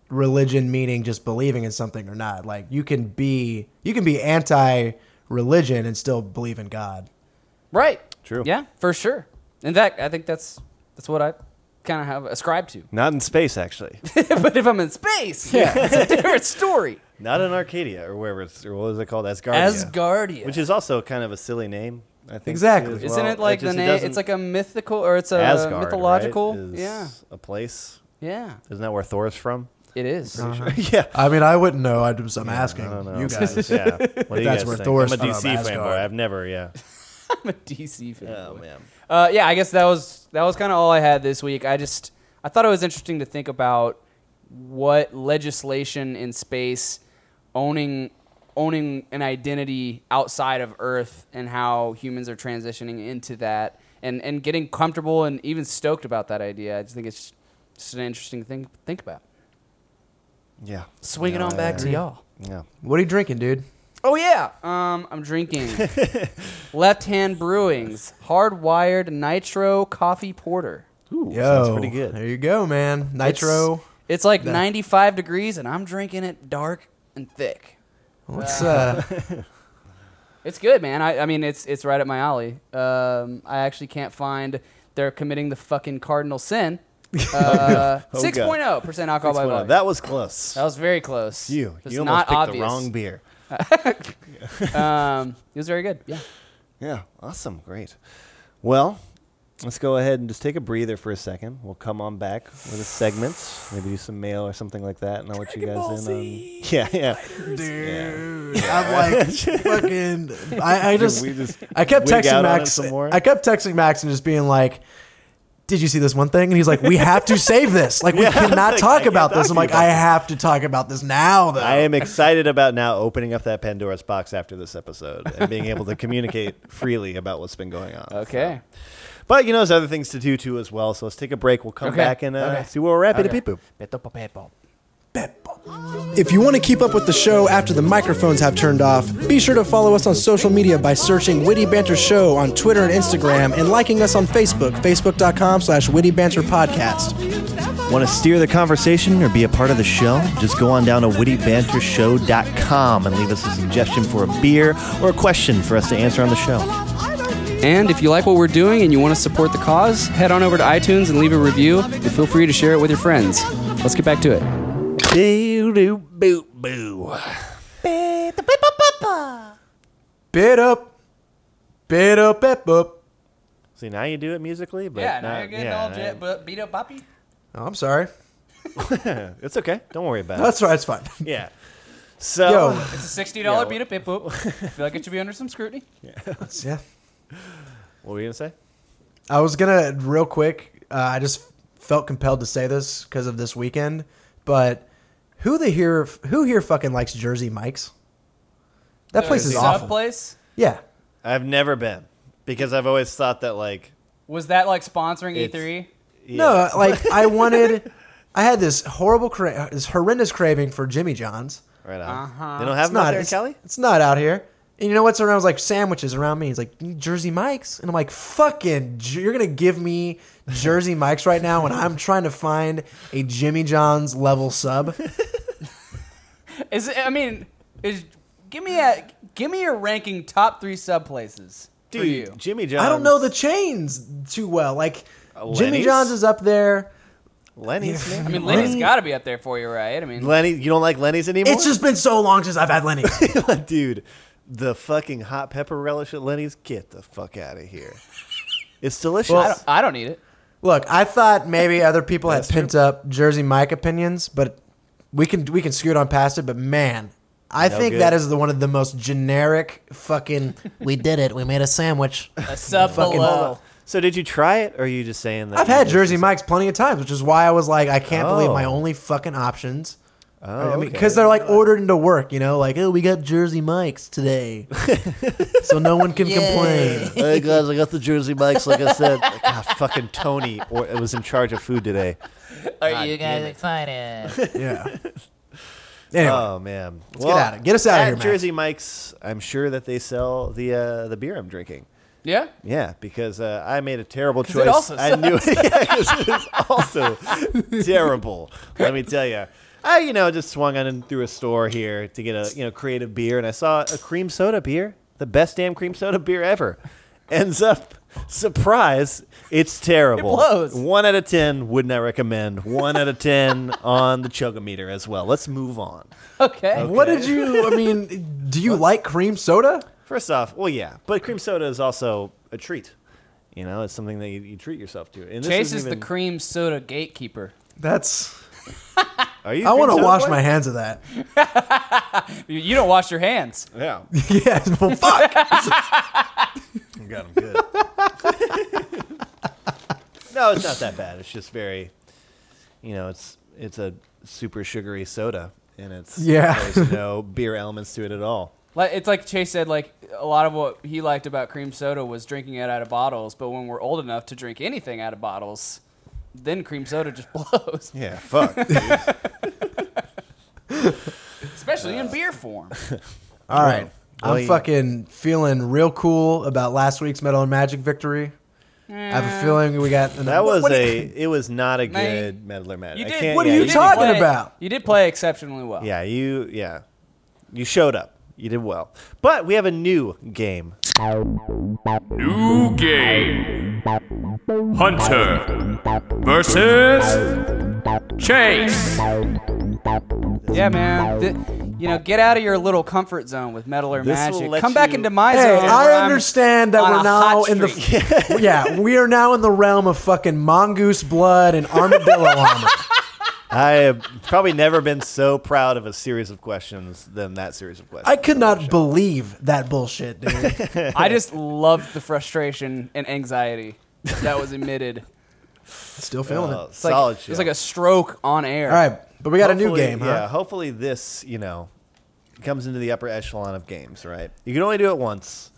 religion meaning just believing in something or not. Like you can be you can be anti-religion and still believe in God.
right.
True.
Yeah, for sure. In fact, I think that's that's what I kind of have ascribed to. [LAUGHS]
not in space actually,
but if I'm in space, yeah, [LAUGHS] it's a different story.
[LAUGHS] not in Arcadia or wherever it's or what is it called Asgardia,
Asgardia,
which is also kind kind of a silly name. I think
Exactly.
as
isn't
well.
it like
just-
the name?
doesn't-
It's like a mythical or it's a
Asgard, right,
mythological.
is
Yeah,
a place.
yeah,
Isn't that where Thor's
[LAUGHS]
from?
it is.
yeah.
I mean, I wouldn't know. I'm, just- I'm asking
I don't
[LAUGHS]
know.
you guys.
yeah. What do you
that's
guys
where
think?
Thor's
I'm a
from,
DC
Asgard.
fanboy. I've never. Yeah.
I'm a [LAUGHS] DC fan.
Oh man.
Uh, yeah, I guess that was that was kind of all I had this week. I just I thought it was interesting to think about what legislation in space owning owning an identity outside of Earth and how humans are transitioning into that and and getting comfortable and even stoked about that idea. I just think it's just an interesting thing to think about.
Yeah.
Swing it
No,
on back
I
to
agree.
y'all.
Yeah.
What are you drinking, dude?
Oh yeah, um, I'm drinking Left Hand Brewing's Hardwired Nitro Coffee Porter.
Ooh,
Yo,
sounds pretty good.
There you go, man. Nitro.
[LAUGHS]
It's, it's like 95 degrees, and I'm drinking it dark and thick.
Let's uh,
[LAUGHS]
It's good, man. I, I mean, it's it's right up my alley. Um, I actually can't find. They're committing the fucking cardinal sin. Uh,
[LAUGHS] Oh, God.
6.0 percent alcohol by
Well,
volume. That,
that was close.
was very close.
you.
It's
You almost
not
picked
obvious.
the wrong beer.
um, it was very good. Yeah.
Yeah, awesome, great. Well, let's go ahead and just take a breather for a second. We'll come on back with a segment, maybe do some mail or something like that, and I'll let you guys in. On, [LAUGHS] yeah, yeah.
dude. I'm
[LAUGHS]
like fucking. I, I just
we just
I kept
wig
texting
out on it
Max.
some more?
I kept texting Max and just being like, "Did you see this one thing?" And he's like, "We have to save this.
[LAUGHS]
Like we cannot
like, I
talk
can't
about this."
talk to you
I'm like,
about
"I
this."
have to talk about this now, though."
I am excited about now opening up that Pandora's box after this episode and being able to
[LAUGHS]
communicate freely about what's been going on.
Okay.
So- But you know, there's other things to do too as well. So let's take a break. We'll come
Okay,
back and uh,
okay.
see where we're at.
Okay.
Pity-pee-poo.
If you want to keep up with the show after the microphones have turned off, be sure to follow us on social media by searching Witty Banter Show on Twitter and Instagram and liking us on Facebook, facebook.com slash Witty Banter Podcast.
Want to steer the conversation or be a part of the show? Just go on down to wittybantershow.com and leave us a suggestion for a beer or a question for us to answer on the show.
And if you like what we're doing and you want to support the cause, head on over to iTunes and leave a review, and feel free to share it with your friends. Let's get back to it.
Doo doo boo boo.
Bit up, bit up, up, up.
See, now you do it musically, but
Yeah,
not-
now you're getting
yeah,
all jet, but beat up, Poppy.
Oh, I'm sorry.
[LAUGHS] It's okay. Don't worry about it.
That's right. It's fine. [LAUGHS]
Yeah. So,
Yo,
It's a sixty dollar
Yeah.
beat up pit boop. I feel like it should be under some scrutiny.
yeah.
what were you gonna say?
I was gonna real quick. Uh, I just felt compelled to say this because of this weekend. But who the here who here fucking likes Jersey Mike's? [LAUGHS] That place is
sub
awful.
place
Yeah.
I've never been because I've always thought that like
was that like sponsoring E
It's-
three?
No, uh, like [LAUGHS] I wanted. I had this horrible, cra- this horrendous craving for Jimmy John's.
right on.
Uh-huh.
They don't have
It's
them out
not
there, in
it's,
Cali.
It's not out here. And you know what's around? It's like sandwiches around me. It's like Jersey Mike's, and I'm like, fucking, Jer- you're gonna give me Jersey Mike's right now when I'm trying to find a Jimmy John's
[LAUGHS]
level sub.
Is it, I mean, is give me a give me your ranking top three sub places for you.
Dude, Jimmy John's.
I don't know the chains too well. Like Jimmy
Lenny's?
John's is up there. [LAUGHS]
Lenny's.
I
man.
mean, Lenny's got to be up there for you, right? I mean,
Lenny, you don't like Lenny's anymore?
It's just been so long since I've had Lenny's.
Dude, the fucking hot pepper relish at Lenny's, get the fuck out of here. It's delicious.
I, don't, I don't need it.
Look, I
[LAUGHS]
thought maybe other people had
That's
pent up Jersey Mike opinions, but we can we can scoot on past it. But man, I
No
think
good.
that is the one of the most generic fucking. [LAUGHS] we did it. We made a sandwich.
A sub
Fucking-
below.
So did you try it, or are you just saying that?
I've
you
had
just-
Jersey Mike's plenty of times, which is why I was like, I can't believe
Oh.
my only fucking options.
Oh,
I mean,
okay.
because they're like ordered into work, you know, like oh, we got Jersey
[LAUGHS]
Mike's today, so no one can complain.
[LAUGHS] hey guys, I got the Jersey Mike's. Like I
[LAUGHS]
said, God, fucking Tony or, was in charge of food today.
Are you guys excited?
[LAUGHS]
Yeah. Anyway,
Oh man,
let's get out of get us out of
at
here, man.
Jersey Mike's, I'm sure that they sell the uh, the beer I'm drinking.
Yeah.
Yeah, because uh, I made a terrible
it
choice.
also
I knew it. [LAUGHS] Yeah, 'cause it was also terrible. Let me tell you. I, you know, just swung on in through a store here to get a, you know, creative beer, and I saw a cream soda beer, the best damn cream soda beer ever. Ends up, surprise, it's terrible.
It blows.
One out of ten would not recommend. One out of ten on the chugometer as well. Let's move on.
Okay.
What did you? I mean,
[LAUGHS]
do you like cream soda?
First off, well, yeah, but cream soda is also a treat. You know, it's something that you, you treat yourself to. And this
Chase
isn't
is the
even-
cream soda gatekeeper.
That's.
Are you?
I want to
cream soda
wash
boy?
my hands of that. [LAUGHS]
You, you don't wash your hands.
Yeah, [LAUGHS]
yeah. Well, fuck.
got him good. [LAUGHS] no, it's not that bad. It's just very, you know, it's it's a super sugary soda, and it's
Yeah.
There's no beer elements to it at all.
Like it's like Chase said. Like a lot of what he liked about cream soda was drinking it out of bottles. But when we're old enough to drink anything out of bottles, then cream soda just [LAUGHS] blows,
Yeah, fuck.
especially in beer form.
All right.
Well,
I'm
you-
fucking feeling real cool about last week's Metal and Magic victory. I have a feeling we got.
[LAUGHS] that was
what,
a. It was not a
Mate,
good meddler match.
You
I
did.
can't-
What are
yeah,
you
did
talking
play-
about?
You did play exceptionally well.
Yeah, you. Yeah, you showed up. You did well. But we have a new game.
New game Hunter versus Chase.
Yeah, man. Th- you know, get out of your little comfort zone with metal or
This will
magic.
let
Come back
you-
into my
Hey,
zone. where
I
I'm
understand that
on
we're
a
now
hot
in
streak.
the. [LAUGHS] yeah, we are now in the realm of fucking mongoose blood
[LAUGHS]
and armadillo armor.
I have probably never been so proud of a series of questions than that series of questions.
I could not believe that bullshit, dude.
[LAUGHS]
I just loved the frustration and anxiety that was emitted.
Still feeling it.
Oh,
It's like,
solid
it
show.
was like a stroke on air.
All right, but we got a new
Hopefully-
game,
Yeah,
huh?
hopefully this, you know, comes into the upper echelon of games, right? You can only do it once.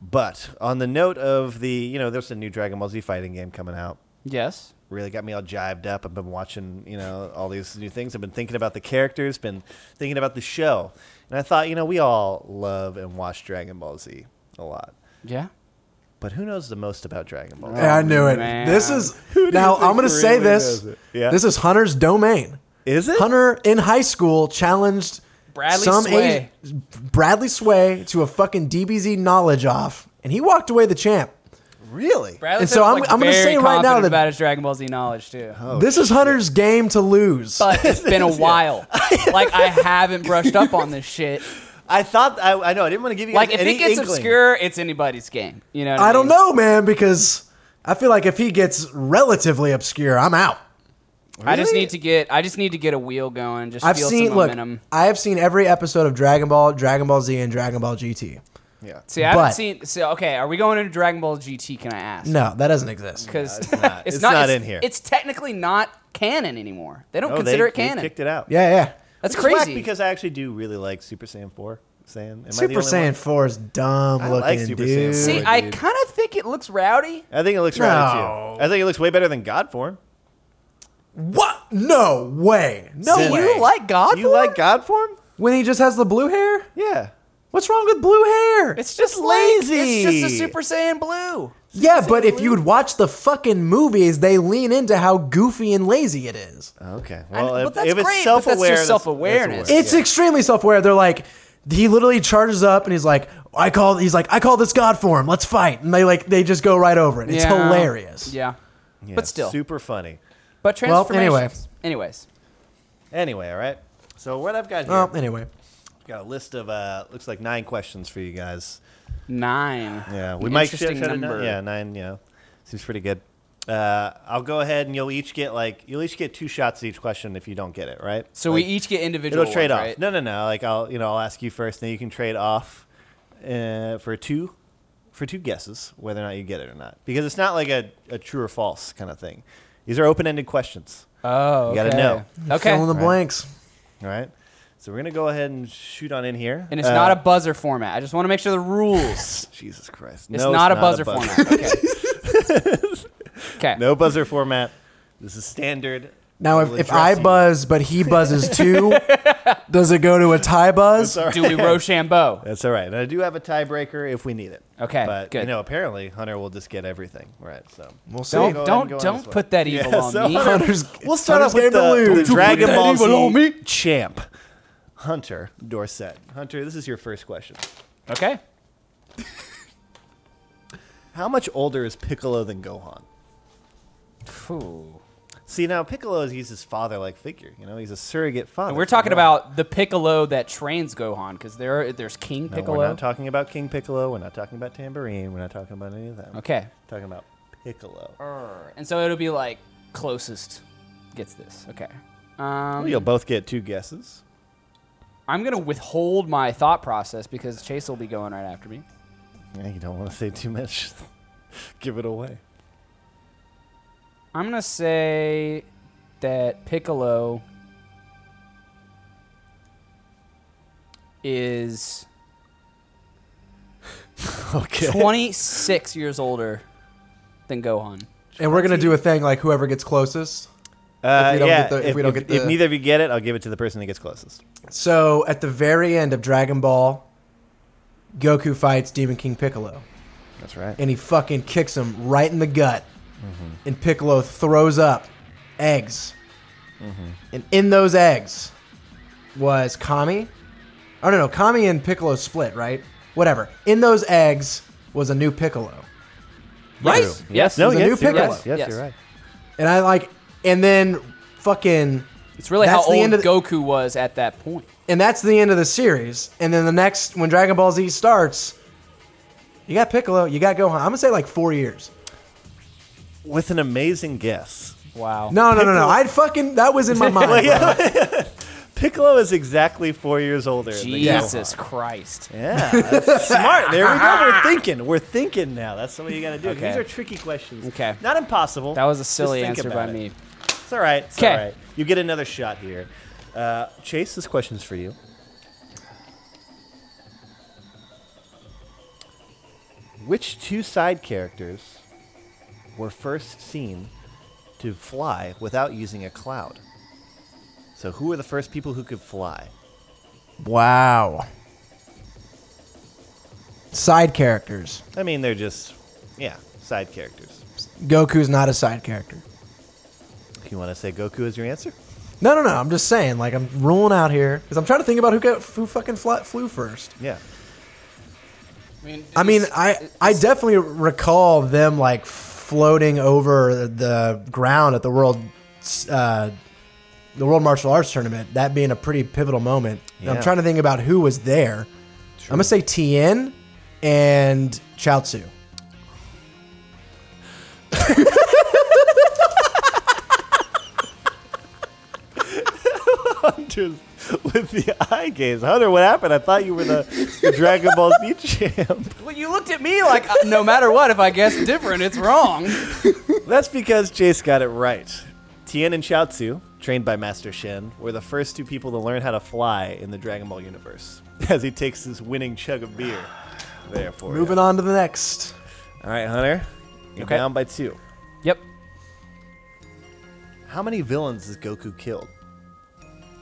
But on the note of the, you know, there's a new Dragon Ball Z fighting game coming out.
Yes.
Really got me all jived up. I've been watching, you know, all these new things. I've been thinking about the characters, been thinking about the show. And I thought, you know, we all love and watch Dragon Ball Z a lot.
Yeah.
But who knows the most about Dragon Ball? Z?
Yeah, I knew it.
man.
This is now. I'm gonna say
really
this.
knows it? Yeah.
This is Hunter's domain.
Is it?
Hunter in high school challenged
Bradley
some
Sway.
Asi- Bradley Sway to a fucking DBZ knowledge off, and he walked away the champ.
Really?
Bradley
And
said
so
he was,
I'm-
like,
I'm gonna
very
say right now
confident
that- Oh.
about his Dragon Ball Z knowledge too.
this is Hunter's game to lose.
But
[LAUGHS]
it's been a while. like I haven't brushed up on
[LAUGHS]
this shit.
I thought I, I know. I didn't want to give you
Like
guys
if
any
it gets
inkling.
obscure, it's anybody's game. You know. what
I don't
mean?
know, man, because I feel like if he gets relatively obscure, I'm out.
I just
Really?
need to get. I just need to get a wheel going. Just
I've
feel
seen
some
look.
momentum.
I have seen every episode of Dragon Ball, Dragon Ball Z, and Dragon Ball GT.
Yeah.
See, I haven't
but-
seen. So okay, are we going into Dragon Ball GT? Can I ask?
No, that doesn't exist.
because [LAUGHS] it's,
not. It's not in here.
It's technically not canon anymore. They don't
No,
consider
Oh, they,
it
they
canon.
kicked it out.
Yeah, yeah.
That's
Which is whack
crazy.
because I actually do really like Super Saiyan 4. Saiyan. Am I the
Super
only
Saiyan
one?
4 is dumb
I
looking,
like Super Saiyan
dude.
See,
Boy,
I
dude.
kind of think it looks rowdy.
I think it looks right
No.
too. I think it looks way better than God form.
What? No way. No
Sin-
way.
You like God?
you like God form?
when he just has the blue hair?
Yeah.
What's wrong with blue hair?
It's just
It's
lazy. it's
lazy.
just a Super Saiyan Blue.
yeah, but if you would watch the fucking movies, they lean into how goofy and lazy it is.
Okay.
I
Well,
know, but
if,
that's
if it's
great, but that's
self-aware,
just self-awareness.
aware.
It's extremely self-aware. They're like, he literally charges up and he's like, I call. He's like, I call this God form. Let's fight. And they like, they just go right over it. It's
Yeah.
hilarious.
Yeah.
Yeah,
but still.
super funny.
But
Well,
transformations.
anyway.
Anyways.
Anyway, all right. So what I've got here,
Well, anyway,
I've got a list of uh, looks like nine questions for you guys.
Nine.
Yeah,
An
we might
Interesting
shift it to nine-
number.
Yeah, nine. Yeah, seems pretty good. Uh, I'll go ahead and you'll each get like you'll each get two shots at each question if you don't get it right.
So
Like,
we each get individual.
it'll trade
ones,
off.
right?
No, no, no. Like I'll you know I'll ask you first, then you can trade off uh, for two for two guesses whether or not you get it or not because it's not like a, a true or false kind of thing. These are open ended questions.
Oh,
You gotta
okay.
know.
Okay.
Fill in the
Right.
blanks.
All right. So we're gonna go ahead and shoot on in here.
and it's
Uh,
not a buzzer format. I just want to make sure the
[LAUGHS]
rules.
Jesus Christ.
It's
No,
not a buzzer format. Okay. okay.
[LAUGHS] no buzzer format. This is standard.
Now, if,
We'll
if I
address you.
buzz, but he buzzes
[LAUGHS]
too, does it go to a tie buzz?
Sorry.
Do
[LAUGHS]
we Rochambeau?
That's all right. And I do have a tiebreaker if we need it.
Okay,
But you
good.
know, apparently Hunter will just get everything right. So
We'll see.
Go ahead
Don't
and
don't
go on
don't
this
put
one.
that evil
Yeah,
on
so-
me.
Hunter's,
[LAUGHS] We'll start off with
Hunter's game to
the, the
lose.
Dragon
that
Ball
evil on
Z
me?
champ, Hunter Dorset. Hunter, this is your first question.
[LAUGHS] Okay.
How much older is Piccolo than Gohan?
Ooh.
See now, Piccolo is he's his father-like figure. You know, he's a surrogate father.
We're
for
talking
Gohan.
about the Piccolo that trains Gohan because there are, there's King
No,
Piccolo.
We're not talking about King Piccolo. We're not talking about Tambourine. We're not talking about any of that.
okay.
talking about Piccolo.
And so it'll be like closest gets this. Okay. Um,
Well, you'll both get two guesses.
I'm gonna withhold my thought process because Chase will be going right after me.
Yeah, you don't want to say too much. [LAUGHS] Give it away.
I'm gonna say that Piccolo
[LAUGHS]
is
Okay.
26 years older than Gohan.
And we're gonna do a thing like whoever gets closest.
Uh,
If we don't
yeah,
get the- if we don't get
if
the-
neither of you get it, I'll give it to the person that gets closest.
So at the very end of Dragon Ball, Goku fights Demon King Piccolo,
That's right.
and he fucking kicks him right in the gut,
Mm-hmm.
and Piccolo throws up eggs,
Mm-hmm.
and in those eggs was Kami. Oh no, no, Kami and Piccolo split, right? Whatever. In those eggs was a new Piccolo, right?
Yes.
No.
It was a
yes,
new
you're
Piccolo.
right. Yes,
Yes.
you're right.
And I like, and then fucking
It's really
That's
how
the
old
end of the-
Goku was at that point.
and that's the end of the series. And then the next, when Dragon Ball Z starts, you got Piccolo, you got Gohan. I'm gonna say like four years.
With an amazing guess,
Wow.
No, no, no, no. I'd fucking that was in my mind. bro.
Piccolo is exactly four years older. than
Jesus
Gohan.
Christ.
Yeah, that's smart. There we go.
[LAUGHS]
We're thinking. We're thinking now. That's what you got to do.
Okay.
These are tricky questions.
Okay.
Not impossible.
That was a
Just
silly
think
answer by
about it.
me.
It's all right. It's all
Okay.
right. You get another shot here. Uh, Chase, this question's for you. Which two side characters were first seen to fly without using a cloud? So, who were the first people who could fly?
Wow. Side characters.
I mean, they're just, yeah, side characters.
Goku's not a side character.
You want to say Goku is your answer?
No, no, no. I'm just saying. Like I'm ruling out here because I'm trying to think about who got who fucking fly, flew first.
[LAUGHS] Yeah.
I mean,
I mean, I I definitely recall them like floating over the ground at the world uh, the world martial arts tournament. That being a pretty pivotal moment. And
Yeah.
I'm trying to think about who was there. I'm gonna say Tien and Chaozu.
Hunter's with the eye gaze. Hunter, what happened? I thought you were the, the Dragon Ball Z [LAUGHS] champ.
well, you looked at me like uh, no matter what, if I guess different, it's wrong.
That's because Chase got it right. Tien and Chaozu, trained by Master Shen, were the first two people to learn how to fly in the Dragon Ball universe. [LAUGHS] As he takes his winning chug of beer. Therefore,
Moving on to the next.
All right, Hunter, you're
Okay.
down by two.
[LAUGHS] Yep.
How many villains has Goku killed?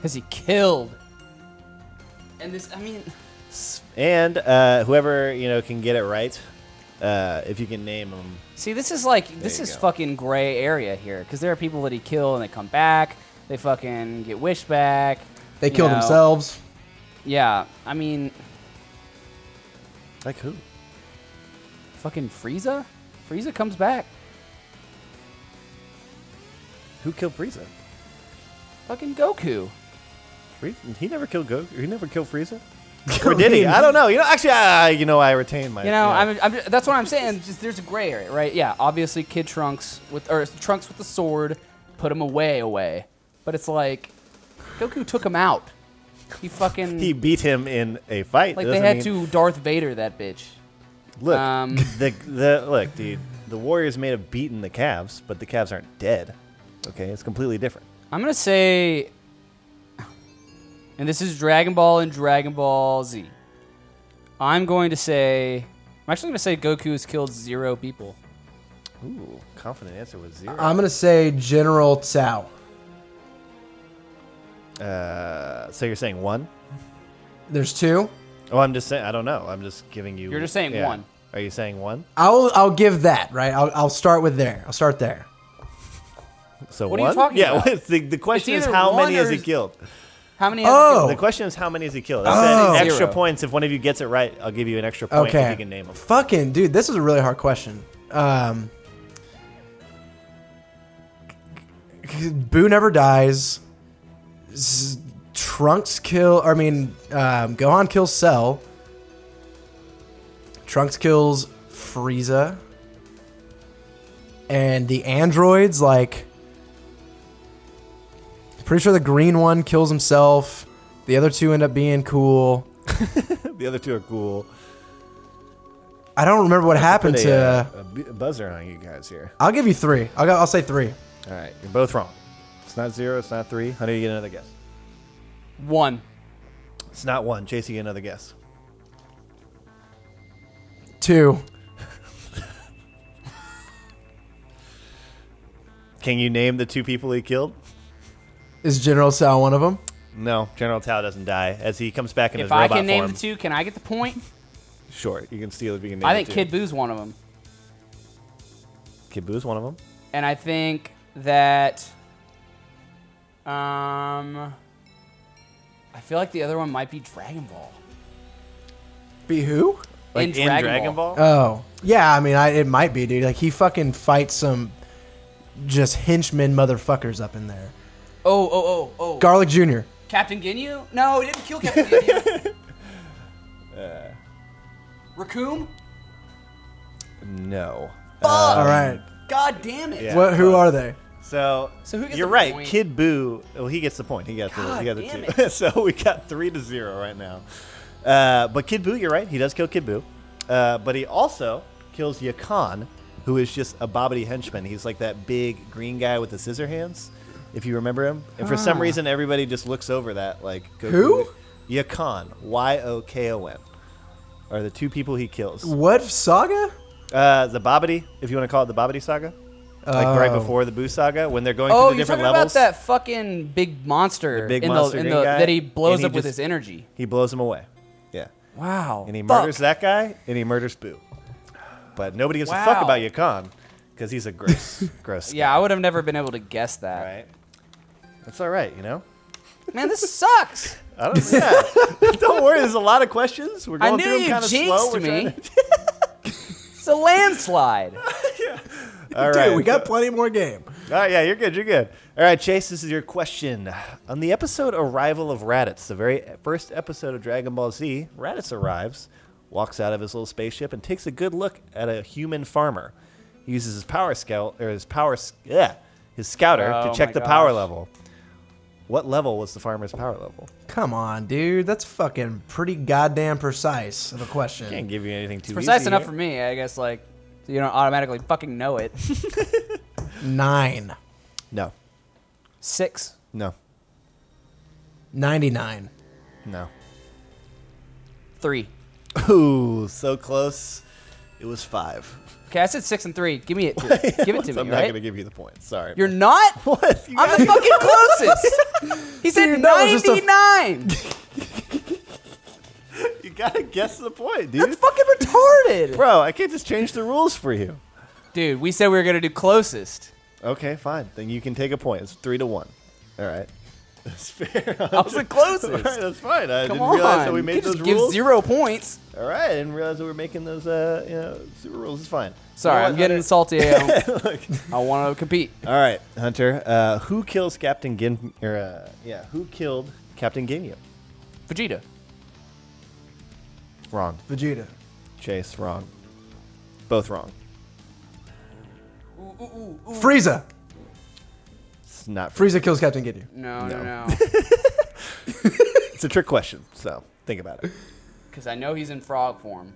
Has he killed? And this, I mean,
And uh, whoever you know can get it right, uh, if you can name them.
see, this is like this
you
is
go.
fucking gray area here because there are people that he kill and they come back, they fucking get wished back.
They
you
killed
know.
themselves.
Yeah, I mean,
Like who?
fucking Frieza. Frieza comes back.
Who killed Frieza?
Fucking Goku.
[LAUGHS] Frieza? He never killed Goku. He never killed Frieza. or did he? I don't know. You know, actually, I, you know, I retain my.
You know, I'm, I'm, that's what I'm saying. Just, there's a gray area, right? Yeah, obviously, kid trunks with or trunks with the sword, put him away, away. But it's like, Goku took him out. He fucking
he beat him in a fight.
like
That
they
doesn't
had
mean-
to Darth Vader that bitch.
Look,
Um,
[LAUGHS] the the look, dude. The Warriors may have beaten the Cavs, but the Cavs aren't dead. Okay, it's completely different.
I'm gonna say, and this is Dragon Ball and Dragon Ball Z. I'm going to say, I'm actually gonna say Goku has killed zero people.
Ooh, confident answer was zero.
I'm gonna say General Tao.
Uh, so you're saying one?
There's two.
Oh, I'm just saying. I don't know. I'm just giving you.
You're just saying
yeah.
one.
Are you saying one?
I'll I'll give that right. I'll, I'll start with there. I'll start there.
So
What are
one?
you talking
yeah, [LAUGHS]
about?
the, the question is
either
how
one
many
or
has he
is-
killed?
How many?
Oh.
The question is how many has he killed? I said
Oh.
extra
Zero.
points if one of you gets it right. I'll give you an extra point if
Okay.
you can name them. [LAUGHS]
Fucking dude, this is a really hard question. Um, Boo never dies. Z- Trunks kill. I mean, um, Gohan kills Cell. Trunks kills Frieza. And the androids, like, pretty sure the green one kills himself. The other two end up being cool.
The other two are cool.
I don't remember what happened
Put
to.
a, uh, a bu- buzzer on you guys here.
I'll give you three. I'll, go, I'll say three.
All right, you're both wrong. It's not zero. It's not three. Hunter, you get another guess. Oh!
One.
It's not one. Chase, you get another guess.
Two.
Can you name the two people he killed?
Is General Sal one of them?
No, General Tao doesn't die as he comes back in his
If I
robot
can name
form.
the two, can I get the point?
Sure, you can steal if you can name.
I
the
think
two.
Kid Boo's one of them,
Kid Boo's one of them.
and I think that, um, I feel like the other one might be Dragon Ball.
Be who?
Like
in Dragon, Ball.
Oh, yeah. I mean, I, it might be, dude. Like he fucking fights some just henchmen motherfuckers up in there.
Oh, oh, oh, oh.
Garlic Jr.
Captain Ginyu? No, he didn't kill Captain Ginyu. Raccoon?
No.
All right.
God damn it.
Yeah.
What? Who are they?
So,
So who gets
you're
the
right.
point?
Kid Boo. Well, he gets the point. He got the, he got
God
the
damn
two. [LAUGHS] so we got three to zero right now. Uh, but Kid Boo, you're right. He does kill Kid Boo, uh, but he also kills Yakan, who is just a bobbity henchman. He's like that big green guy with the scissor hands, if you remember him. And for
Ah.
some reason, everybody just looks over that. Like Goku.
Who?
Yakan. Y o k o n. Are the two people he kills.
What saga?
Uh, the Bobbity, if you want to call it the Bobbity Saga, like right
Oh.
before the Boo Saga, when they're going
Oh,
through the
you're
different
talking
levels,
about that fucking big monster,
big
in
monster
the, in
green
the,
guy,
that he blows
and he
up with
just-
his energy.
he blows him away. Yeah,
Wow.
and he
Fuck.
murders that guy, and he murders Boo. But nobody gives a fuck
Wow.
about Yakan because he's a
[LAUGHS]
gross, gross.
Yeah, I would have never been able to guess that.
guy, right. That's all right, you know.
Man, this sucks.
I don't. Yeah. [LAUGHS] don't worry. There's a lot of questions. We're going
I knew
through them
you
kind of slow.
jinxed
We're trying
[LAUGHS]
me.
to-
It's a landslide.
All
Dude,
right,
we
so-
got plenty more game.
All right, yeah, you're good. You're good. All right, Chase, this is your question. On the episode Arrival of Raditz, the very first episode of Dragon Ball Z, Raditz arrives, walks out of his little spaceship, and takes a good look at a human farmer. He uses his power scout or his power s- yeah, his scouter
Oh
to check
my
the power
gosh.
level. What level was the farmer's power level?
Come on, dude. That's fucking pretty goddamn precise of a
Can't
question.
give you anything too
Precise
easy
enough
here.
for me, I guess, like, so you don't automatically fucking
[LAUGHS]
know it.
Nine.
No,
Six.
no,
99.
no.
Three.
Ooh, so close. It was five.
Okay, I said six and three. Give me
[LAUGHS]
it. Dude. Give it
So
to me,
I'm not
right?
gonna give you the point. Sorry.
You're not.
[LAUGHS] what? You
I'm
[LAUGHS]
the fucking closest. He said
Dude, that was just a-
[LAUGHS]
99.
You gotta guess the point,
That's
dude.
fucking retarded.
Bro, I can't just change the rules for you.
Dude, we said we were gonna do closest.
Okay, fine. Then you can take a point. It's three to one. All
[LAUGHS]
right. That's fair.
I
[LAUGHS] All
was the
right,
closest.
that's fine. I
Come
didn't
on.
realize that we
You
made
can't
those
just give
rules.
zero points.
All right, I didn't realize that we were making those, uh, you know, super rules. It's fine.
Sorry,
You know
I'm
what,
getting
Hunter? [LAUGHS]
salty. I, I want to compete.
All right, Hunter. Uh, who kills Captain Gin? Or, uh, yeah, who killed Captain Ginyu?
Vegeta.
Wrong.
Vegeta.
Chase, wrong. Both wrong.
Frieza.
It's not free.
Frieza kills Captain Giddy.
No, no,
No.
no.
[LAUGHS] It's a trick question, so think about
[LAUGHS]
it.
Because I know he's in frog form.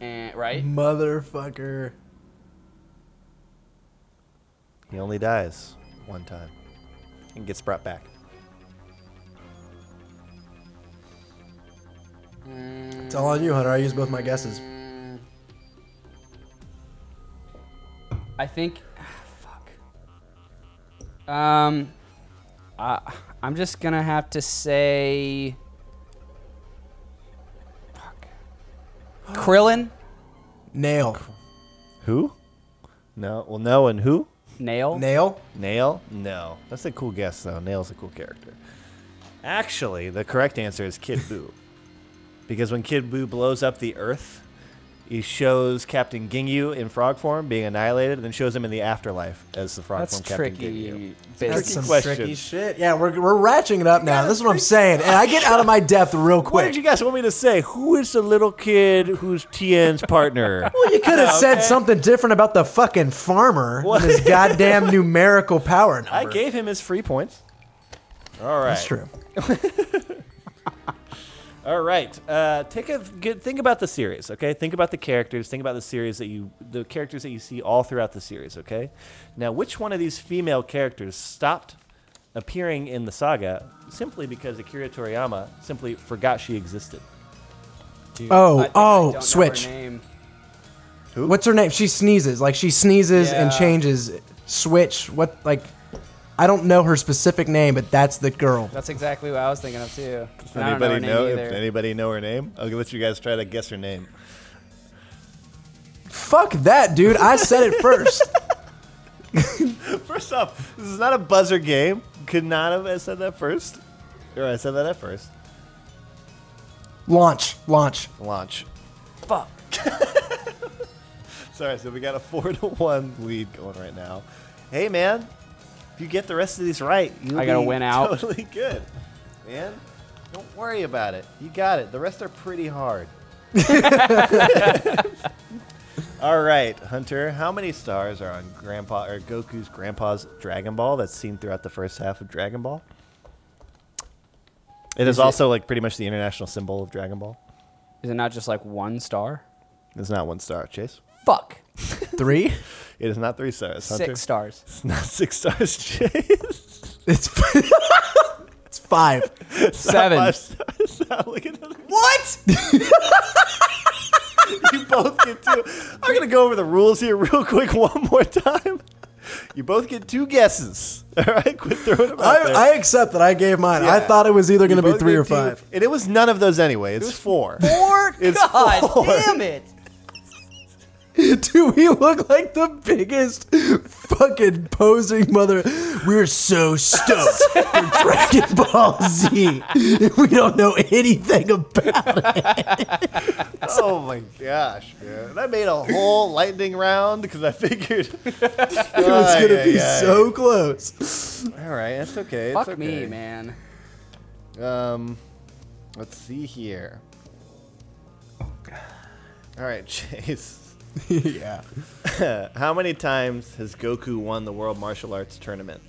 And right?
Motherfucker.
He only dies one time and gets brought back.
It's all on you, Hunter. I used both my guesses.
I think. ah, fuck. Um, I I'm just gonna have to say. Fuck. Krillin,
Nail.
Who? No. Well, no, and who?
nail.
Nail?
Nail? No. That's a cool guess, though. Nail's a cool character. Actually, the correct answer is Kid Boo. because when Kid Boo blows up the Earth, he shows Captain Ginyu in frog form being annihilated, and then shows him in the afterlife as the frog
That's
form Captain Ginyu.
tricky.
That's
Business.
some
question.
tricky shit. Yeah, we're, we're ratcheting it up now. This is what I'm saying. And I get out of my depth real
What did
quick.
you guys want me to say? Who is the little kid who's Tien's partner?
Well, you could [LAUGHS] have said something different about the fucking farmer
What?
and his goddamn numerical [LAUGHS] power number.
I gave him his free points. All right.
That's true.
All right. Uh, take a good think about the series, okay? Think about the characters. Think about the series that you, the characters that you see all throughout the series, okay? Now, which one of these female characters stopped appearing in the saga simply because Akira Toriyama simply forgot she existed?
I
Oh,
think I don't know
oh,
her
switch.
name.
What's her name? She sneezes. Like she sneezes and
Yeah.
changes. Switch. What? Like, I don't know her specific name, but that's the girl.
That's exactly what I was thinking of too. Does
anybody know her name? I'll let you guys try to guess her name.
Fuck that, dude. I said it [LAUGHS] first.
First off, this is not a buzzer game. Could not have said that first. Or I said that at first.
launch. Launch.
Launch.
Fuck.
[LAUGHS] Sorry, so we got a four to one lead going right now. Hey, man, if you get the rest of these right, you
I gotta win out.
Totally [LAUGHS] good, man. Don't worry about it. You got it. The rest are pretty
[LAUGHS]
hard. All right, Hunter. How many stars are on Grandpa or Goku's grandpa's Dragon Ball that's seen throughout the first half of Dragon Ball? It is,
it-
also like pretty much the international symbol of Dragon Ball.
Is it not just like one star?
It's not one star, Chase.
Fuck.
Three.
It is not three stars. Hunter.
Six stars.
[LAUGHS] It's not six stars, Chase.
It's [LAUGHS] it's five.
Seven.
Five stars. [LAUGHS] Now look at this. What? you both get two. I'm gonna go over the rules here real quick [LAUGHS] one more time. You both get two guesses. [LAUGHS] All right, quit throwing them out there.
[LAUGHS] I, I accept that I gave mine. I
Yeah.
thought it was either
You
going to be
both
three
get
or
two-
five.
and it was none of those anyway. It's four.
Four.
It's
God
four.
damn it.
[LAUGHS] Do we look like the biggest fucking posing mother? We're so stoked
[LAUGHS]
for Dragon Ball Z. We don't know anything about it.
[LAUGHS] Oh my gosh, man! And I made a whole lightning round because I figured [LAUGHS] it
It was going to be so close.
All right, that's okay.
Fuck
it's
me,
okay.
man.
Um, let's see here. All right, [LAUGHS] Chase.
yeah.
[LAUGHS] How many times has Goku won the World Martial Arts Tournament?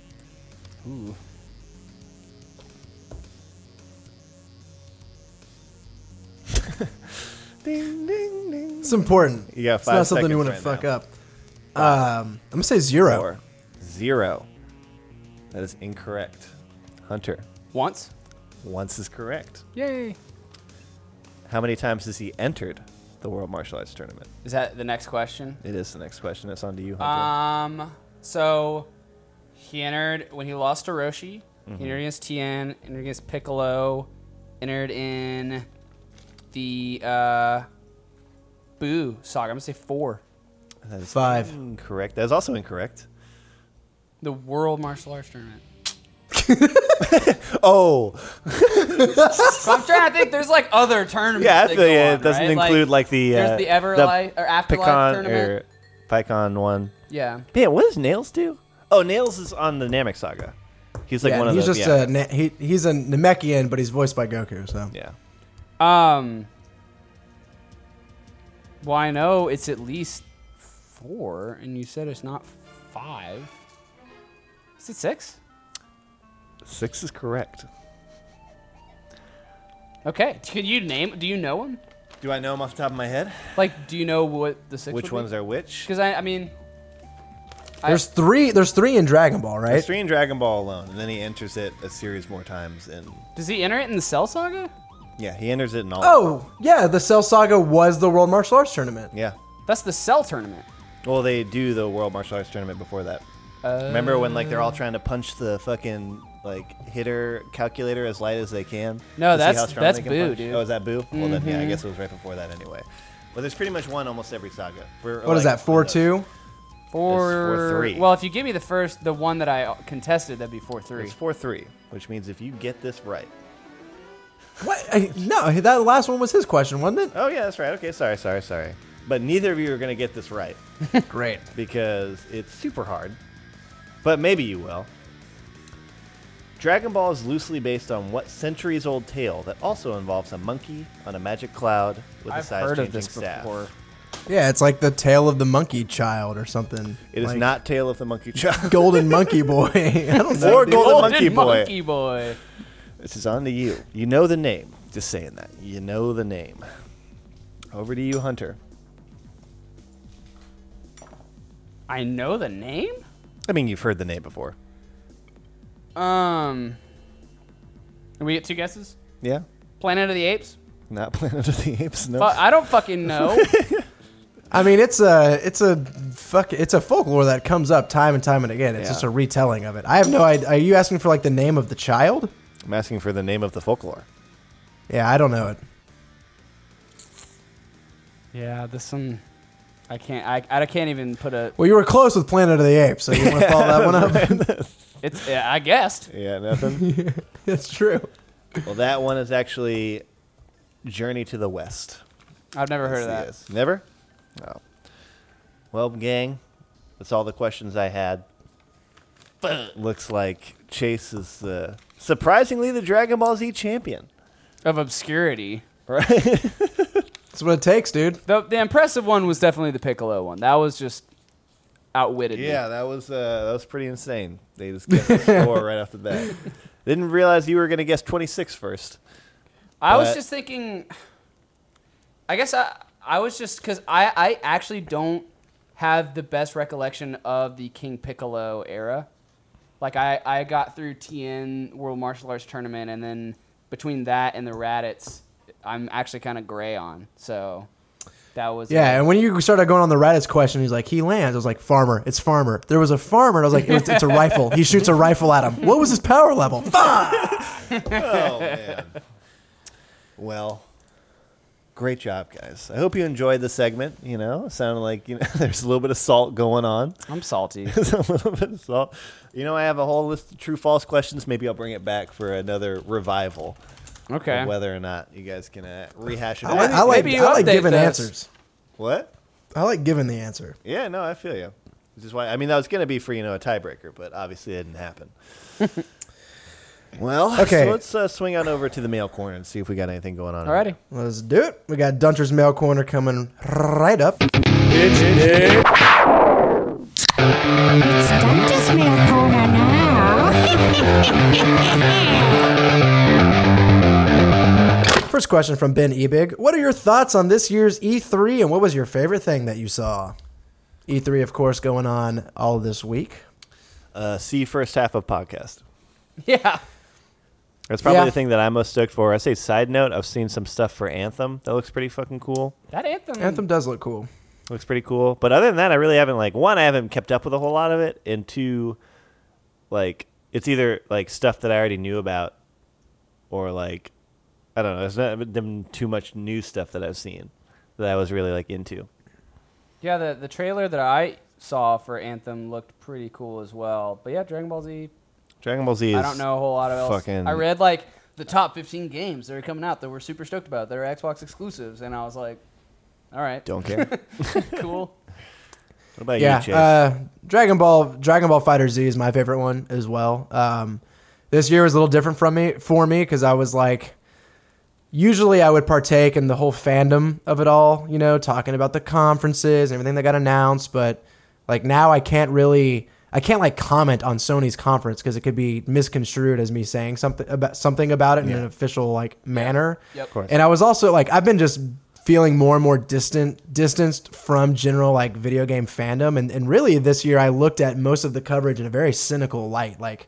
Ooh. [LAUGHS] ding, ding, ding.
It's important.
You got
It's not
five
something you
seconds
want
right
to fuck
now.
up. Um, I'm going to say zero.
Four. Zero. That is incorrect. Hunter.
Once.
Once is correct.
Yay.
How many times has he entered the World Martial Arts Tournament?
Is that the next question?
It is the next question. It's on to you, Hunter.
Um. So he entered when he lost to Roshi.
Mm-hmm.
He entered against Tien. Entered against Piccolo. Entered in the uh, Boo saga. I'm gonna say four.
That is
Five.
Incorrect. That is also incorrect.
The World Martial Arts Tournament.
[LAUGHS] Oh,
So I'm trying to think. There's like other tournaments.
yeah. I
that
feel
go
yeah,
on,
it doesn't
right?
include like, the
there's
uh,
the Everlife or Afterlife
Picon
tournament.
or Picon one.
yeah.
Man, what does Nails do? Oh, Nails is on the Namek Saga. He's like
Yeah,
one of
he's
those.
just
yeah.
a Na- he, he's a Namekian, but he's voiced by Goku. So
yeah.
Um, Well, I know it's at least four, and you said it's not five. Is it six?
Six is correct.
Okay. Can you name? Do you know them?
Do I know them off the top of my head?
Like, do you know what the six?
Which ones are which?
Because I, I mean,
There's three. There's three in Dragon Ball, right?
It's three in Dragon Ball alone, and then he enters it a series more times. And
does he enter it in the Cell Saga?
yeah, he enters it in all.
Oh yeah, the Cell Saga was the World Martial Arts Tournament.
yeah.
That's the Cell tournament.
Well, they do the World Martial Arts Tournament before that. Remember when like they're all trying to punch the fucking like hitter calculator as light as they can? to
No,
see
that's-
how strong
that's
they can
Boo,
punch?
dude. Mm-hmm.
Oh, is that Boo? Well, then yeah, I guess it was right before that anyway. But there's pretty much one almost every saga. uh, What is
What is that? Four two.
Four,
three.
Well, if you give me the first, the one that I contested, that'd be four three.
It's four three, which means if you get this right.
What? I- No, that last one was his question, wasn't
Oh yeah, that's right. Okay, sorry, sorry, sorry. But neither of you are gonna get this right.
it? Great.
because it's super hard, but maybe you will. Dragon Ball is loosely based on what centuries old tale that also involves a monkey on a magic cloud with a
I've
size
heard
changing
of this
staff.
before.
Yeah, it's like the tale of the monkey child or something.
It is
Like
not Tale of the Monkey
[LAUGHS]
Child
Golden Monkey Boy. [LAUGHS] I
[LAUGHS]
don't know.
or
dude.
Golden
Golden
Monkey Boy.
Monkey Boy.
This is on to you. You know the name. Just saying that. You know the name. Over to you, Hunter.
I know the name.
I mean, you've heard the name before.
Um, can we get two guesses?
Yeah.
Planet of the Apes.
Not [LAUGHS] Planet of the Apes. No.
Fu- I don't
[LAUGHS]
fucking know.
I mean, it's a it's a fuck it's a folklore that comes up time and time and again. It's
Yeah.
just a retelling of it. I have no idea. Are you asking for like the name of the child?
I'm asking for the name of the folklore.
Yeah, I don't know it.
yeah, this one. I can't. I, I can't even put a.
Well, you were close with Planet of the Apes, so you want to follow that one up?
[LAUGHS]
It's. Yeah, I guessed.
Yeah, nothing.
That's true.
[LAUGHS] Well, that one is actually Journey to the West.
I've never heard of that.
Yes. Never? No. Well, gang, that's all the questions I had. Looks like Chase is the surprisingly the Dragon Ball Z champion.
Of obscurity.
Right?
That's what it takes, dude.
The the impressive one was definitely the Piccolo one. That was just outwitted. me.
yeah, that was uh, that was pretty insane. They [LAUGHS] just guessed the score right off the bat. Didn't realize you were gonna guess 26 first.
I was
But-
just thinking. I guess I I was just because I I actually don't have the best recollection of the King Piccolo era. Like I I got through TN World Martial Arts Tournament and then between that and the Raditz, I'm actually kind of gray on. So that was
Yeah, and when you started going on the Raditz question, he's like, he lands. I was like, farmer, it's farmer. There was a farmer, and I was like, it's, it's a rifle. He shoots a rifle at him. What was his power level? Fuck!
Oh man. Well, great job, guys. I hope you enjoyed the segment. You know, it sounded like you know [LAUGHS] there's a little bit of salt going on.
[LAUGHS]
I'm salty.
There's a [LAUGHS] little bit of salt. You know, I have a whole list of true false questions. Maybe I'll bring it back for another revival. of
Okay.
Whether or not you guys can uh, rehash it.
I, I like,
maybe you
I like
update
giving
this.
answers.
what?
I like giving the answer.
Yeah, no, I feel you. This is why I mean that was gonna be for you know a tiebreaker, but obviously it didn't
[LAUGHS]
happen. well,
Okay.
So let's uh, swing on over to the mail corner and see if we got anything going on.
Alrighty.
Let's do it. We got Dunter's Mail Corner coming right up.
It's Dungeon's Mail Corner now.
First question from Ben Ebig. What are your thoughts on this year's E3 and what was your favorite thing that you saw? E3, of course, going on all this week.
Uh, see first half of podcast.
Yeah.
That's probably
Yeah.
the thing that I'm most stoked for. I say side note, I've seen some stuff for Anthem that looks pretty fucking cool.
That anthem.
Anthem does look cool.
Looks pretty cool. But other than that, I really haven't like one, I haven't kept up with a whole lot of it, and two, like it's either like stuff that I already knew about, or like I don't know. There's not been too much new stuff that I've seen that I was really like into.
Yeah, the the trailer that I saw for Anthem looked pretty cool as well. But yeah, Dragon Ball Z.
Dragon Ball Z. Is
I don't know a whole lot of else.
fucking-
I read like the top 15 games that are coming out that we're super stoked about. That are Xbox exclusives, and I was like, all right,
Don't
[LAUGHS]
care. what [LAUGHS]
cool.
about
yeah,
you, Chase?
uh, Dragon Ball Dragon Ball Fighter Z is my favorite one as well. Um, this year was a little different from me for me because I was like, usually I would partake in the whole fandom of it all, you know, talking about the conferences and everything that got announced, but like now I can't really I can't like comment on Sony's conference because it could be misconstrued as me saying something about something about it in an official like manner.
Yep. Of course.
And I was also like I've been just feeling more and more distant distanced from general like video game fandom and, and really this year I looked at most of the coverage in a very cynical light. Like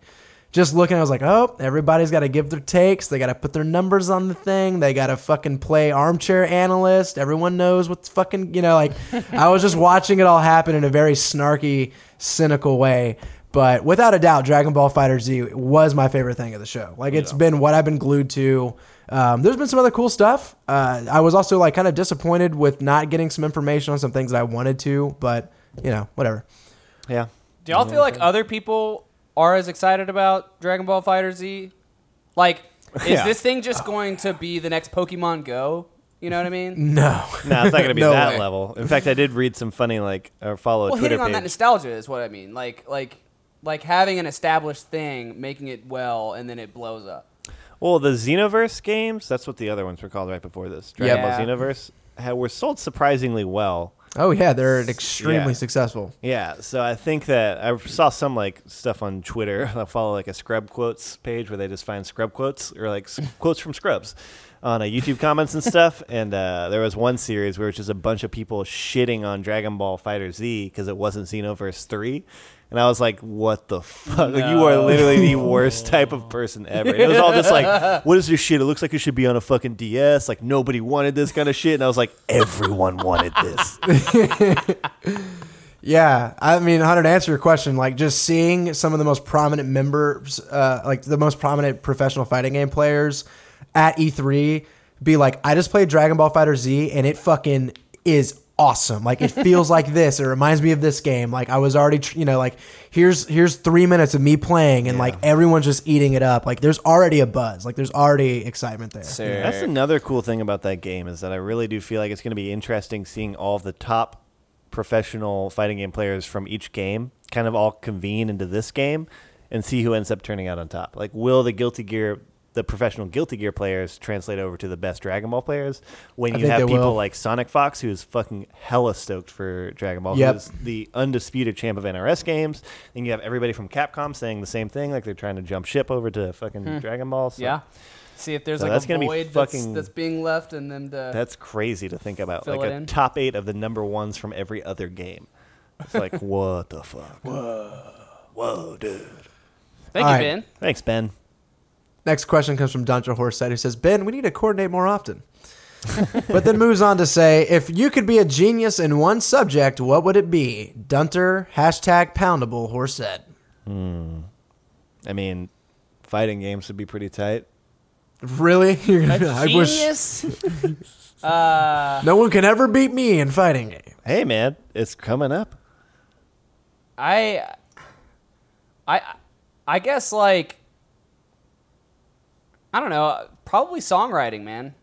just looking, I was like, oh, everybody's got to give their takes. They got to put their numbers on the thing. They got to fucking play armchair analyst. Everyone knows what's fucking, you know, like I was just watching it all happen in a very snarky, cynical way. But without a doubt, Dragon Ball Fighter Z was my favorite thing of the show. Like it's been what I've been glued to. Um, there's been some other cool stuff. Uh, I was also like kind of disappointed with not getting some information on some things that I wanted to, but you know, whatever.
Yeah.
Do y'all feel like other people are as excited about Dragon Ball Fighter Z? Like, is
Yeah.
this thing just going to be the next Pokemon Go? You know what I mean?
No.
[LAUGHS] No, it's not
[LAUGHS]
going to be
No
that
way.
level. In fact, I did read some funny like or follow a
Well,
Twitter
hitting on that
page.
nostalgia is what I mean. Like, like, like having an established thing, making it well, and then it blows up.
Well, the Xenoverse games, that's what the other ones were called right before this. Dragon
Yeah.
Ball Xenoverse ha- were sold surprisingly well.
Oh yeah, they're extremely
Yeah.
successful.
Yeah, so I think that I saw some like stuff on Twitter. [LAUGHS] I follow like a scrub quotes page where they just find scrub quotes or like s- quotes from scrubs on uh, YouTube comments and stuff. And uh, there was one series where it was just a bunch of people shitting on Dragon Ball Fighter Z because it wasn't Xenoverse three. And I was like, "What the fuck? Like, you are literally the worst type of person ever." And it was all just like, "What is this shit? It looks like it should be on a fucking DS. Like nobody wanted this kind of shit." And I was like, "Everyone wanted this."
Yeah, I mean, Hunter, to answer your question, like just seeing some of the most prominent members, uh, like the most prominent professional fighting game players at E3, be like, I just played Dragon Ball Fighter Z, and it fucking is awesome. Like it feels like this. It reminds me of this game. Like I was already, tr- you know, like here's here's three minutes of me playing, and like everyone's just eating it up. Like there's already a buzz. Like there's already excitement there.
That's another cool thing about that game is that I really do feel like it's going to be interesting seeing all of the top professional fighting game players from each game kind of all convene into this game and see who ends up turning out on top. Like, will the Guilty Gear, the professional Guilty Gear players, translate over to the best Dragon Ball players? When
I
you
think
have
they
people
will.
like Sonic Fox, who's fucking hella stoked for Dragon Ball,
Yep.
who's the undisputed champ of NRS games, and you have everybody from Capcom saying the same thing, like they're trying to jump ship over to fucking Dragon Ball. So
Yeah. See if there's
So
like
that's
a
gonna be
void that's,
fucking-
that's being left, and then the
That's crazy to think about.
Fill
like
it
a
in.
top eight of the number ones from every other game. It's like [LAUGHS] what the fuck. Whoa, whoa, dude.
thank
All
you,
right.
Ben.
Thanks, Ben.
Next question comes from Dontra Horsett, who says, Ben, we need to coordinate more often. [LAUGHS] but then moves on to say, if you could be a genius in one subject, what would it be? Dunter, hashtag poundable Horsett.
I mean, fighting games would be pretty tight.
Really? [LAUGHS] You're gonna
[LAUGHS]
be like, I wish
Genius. uh,
no one can ever beat me in fighting.
Hey, man, it's coming up.
I, I, I guess like, I don't know. Probably songwriting, man.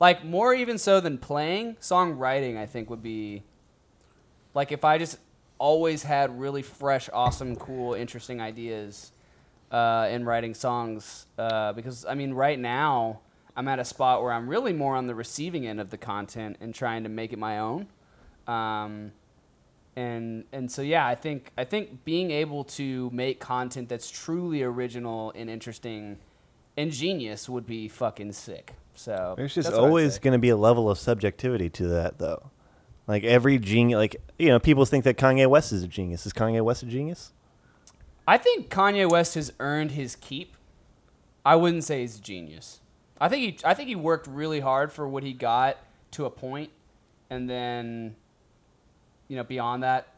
Like more even so than playing, songwriting I think would be, like if I just always had really fresh, awesome, cool, interesting ideas, uh, in writing songs. Uh, because I mean, right now I'm at a spot where I'm really more on the receiving end of the content and trying to make it my own. Um, and and so yeah, I think I think being able to make content that's truly original and interesting and genius would be fucking sick. So
There's just
that's what I'd
always
say.
going to be a level of subjectivity to that, though. Like every genius, like you know, people think that Kanye West is a genius. Is Kanye West a genius?
I think Kanye West has earned his keep. I wouldn't say he's a genius. I think he I think he worked really hard for what he got to a point, and then, you know, beyond that,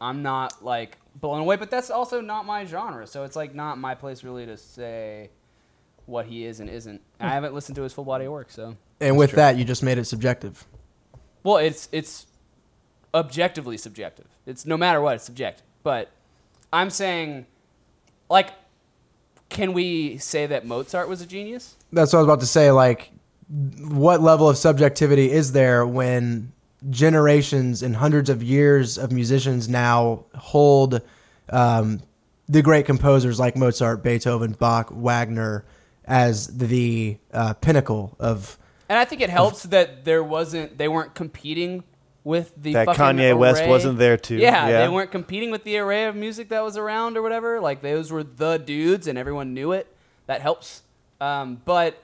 I'm not like blown away. But that's also not my genre, so it's like not my place really to say what he is and isn't. I haven't listened to his full body of work, so
And with that, you just made it subjective.
well, it's it's objectively subjective. It's no matter what, it's subjective. But I'm saying, like, can we say that Mozart was a genius?
That's what I was about to say. Like, what level of subjectivity is there when generations and hundreds of years of musicians now hold um, the great composers like Mozart, Beethoven, Bach, Wagner as the uh, pinnacle of
And I think it helps that there wasn't they weren't competing with the
That
fucking
Kanye West
array-
wasn't there too.
Yeah,
Yeah.
they weren't competing with the array of music that was around or whatever. Like those were the dudes, and everyone knew it. That helps. Um, but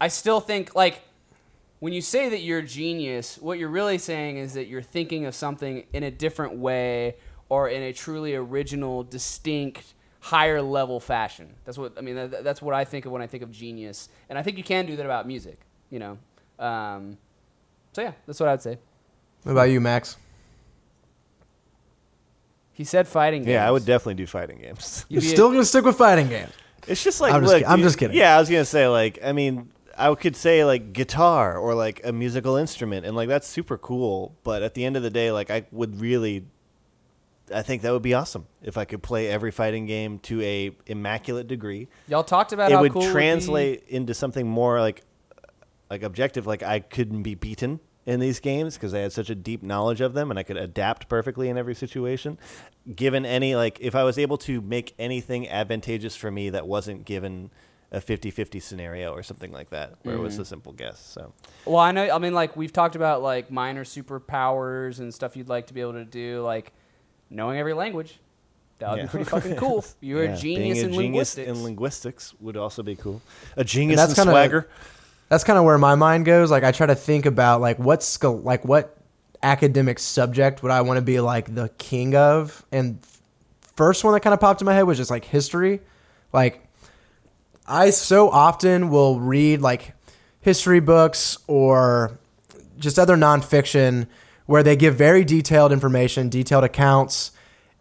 I still think like when you say that you're a genius, what you're really saying is that you're thinking of something in a different way or in a truly original, distinct, higher level fashion. That's what I mean. That, that's what I think of when I think of genius, and I think you can do that about music. You know, um, so yeah, that's what I'd say.
what about you max
He said fighting games.
Yeah, I would definitely do fighting games. [LAUGHS]
You'd be a-
still gonna stick with fighting games
It's just like
I'm just
look,
ki- I'm
you-
just kidding.
Yeah, I was gonna say like I mean I could say like guitar or like a musical instrument and like that's super cool. But at the end of the day, like I would really, I think that would be awesome if I could play every fighting game to a immaculate degree.
Y'all talked about
it
how
would
cool it would be.
translate into something more like like objective. Like I couldn't be beaten in these games because I had such a deep knowledge of them and I could adapt perfectly in every situation. Given any like if I was able to make anything advantageous for me that wasn't given a 50-50 scenario or something like that where it
Mm-hmm.
was a simple guess. So
Well, I know. I mean, like we've talked about like minor superpowers and stuff you'd like to be able to do, like knowing every language. That would
Yeah.
be pretty
[LAUGHS]
fucking cool. You're
yeah,
a
being
genius in
genius
linguistics.
in linguistics would also be cool. A genius
that's
in
kinda-
swagger.
that's kind of where my mind goes. Like I try to think about like what's scho- like what academic subject would I want to be like the king of? And f- first one that kind of popped in my head was just like history. Like I so often will read like history books or just other nonfiction where they give very detailed information, detailed accounts,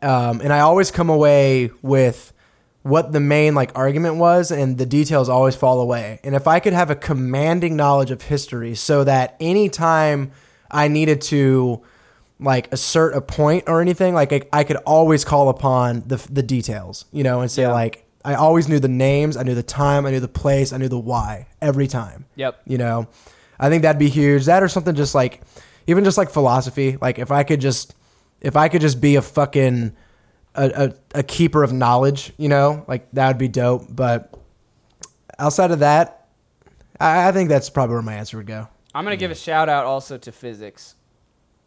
um, and I always come away with what the main like argument was, and the details always fall away. And if I could have a commanding knowledge of history, so that anytime I needed to like assert a point or anything, like I, I could always call upon the the details, you know, and say like I always knew the names, I knew the time, I knew the place, I knew the why every time.
Yep.
You know, I think that'd be huge. That or something just like, even just like philosophy. Like if I could just, if I could just be a fucking, a, a, a keeper of knowledge, you know, like that would be dope. But outside of that, I, I think that's probably where my answer would go.
I'm gonna give a shout out also to physics,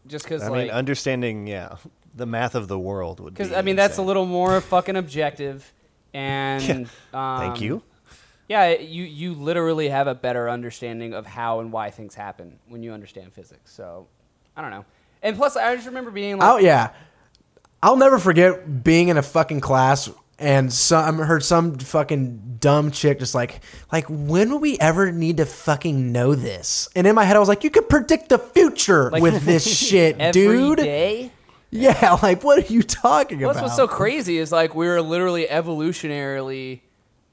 just because
I
like
mean understanding yeah the math of the world would be
because I mean that's a
insane.
little more fucking objective, and um,
Thank you.
Yeah, you you literally have a better understanding of how and why things happen when you understand physics. So, I don't know. And plus, I just remember being like,
Oh yeah, I'll never forget being in a fucking class and some I heard some fucking dumb chick just like like when will we ever need to fucking know this? And in my head I was like, you could predict the future
Like,
with
[LAUGHS]
this shit,
every
dude.
day?
Yeah, [LAUGHS] like what are you talking
Well,
about?
That's what's so crazy is like we were literally evolutionarily,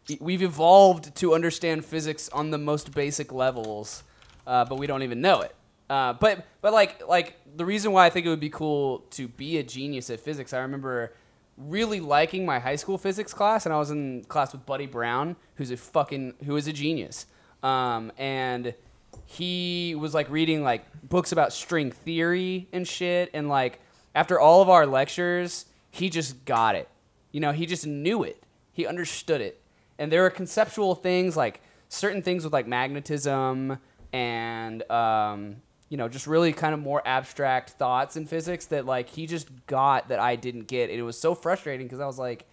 e, we've evolved to understand physics on the most basic levels, uh, but we don't even know it. Uh, but but like like the reason why I think it would be cool to be a genius at physics, I remember really liking my high school physics class, and I was in class with Buddy Brown, who's a fucking who is a genius, um, and he was like reading like books about string theory and shit and like after all of our lectures he just got it you know he just knew it he understood it and there were conceptual things like certain things with like magnetism and um, you know just really kind of more abstract thoughts in physics that like he just got that i didn't get and it was so frustrating because i was like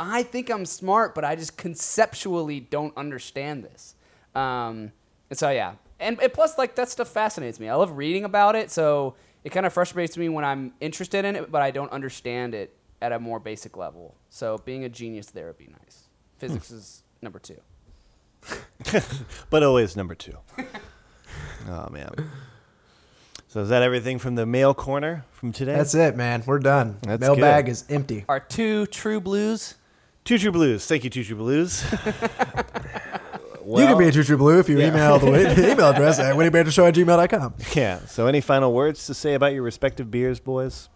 I think I'm smart, but I just conceptually don't understand this. Um, and so yeah, and, and plus like that stuff fascinates me. I love reading about it, so it kind of frustrates me when I'm interested in it, but I don't understand it at a more basic level. So being a genius there would be nice. Physics is number two.
but always number two. [LAUGHS] oh man. So is that everything from the mail corner from today?
That's it, man. We're done.
That's
Mailbag
good.
is empty.
Our two true blues.
Tutu Blues. Thank you, Tutu
[LAUGHS]
Blues. [LAUGHS]
you
Well,
could be a Tutu Blue if you email the, the email
[LAUGHS]
address at winniebantershow at gmail.com.
yeah. So any final words to say about your respective beers, boys?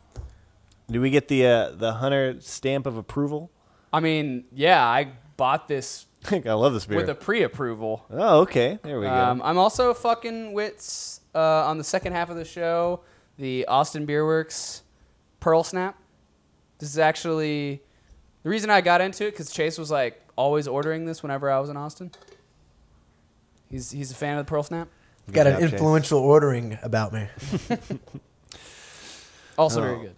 Do we get the uh, the hunter stamp of approval? [LAUGHS]
I mean, yeah, I bought this
I love this beer.
with a pre-approval.
oh, okay. There we go.
Um, I'm also fucking wits uh, on the second half of the show. The Austin Beerworks Pearl Snap. This is actually the reason I got into it because Chase was like, always ordering this whenever I was in Austin? He's he's a fan of the Pearl Snap.
Got
job,
an
Chase.
influential ordering about me.
Oh.
Also very good.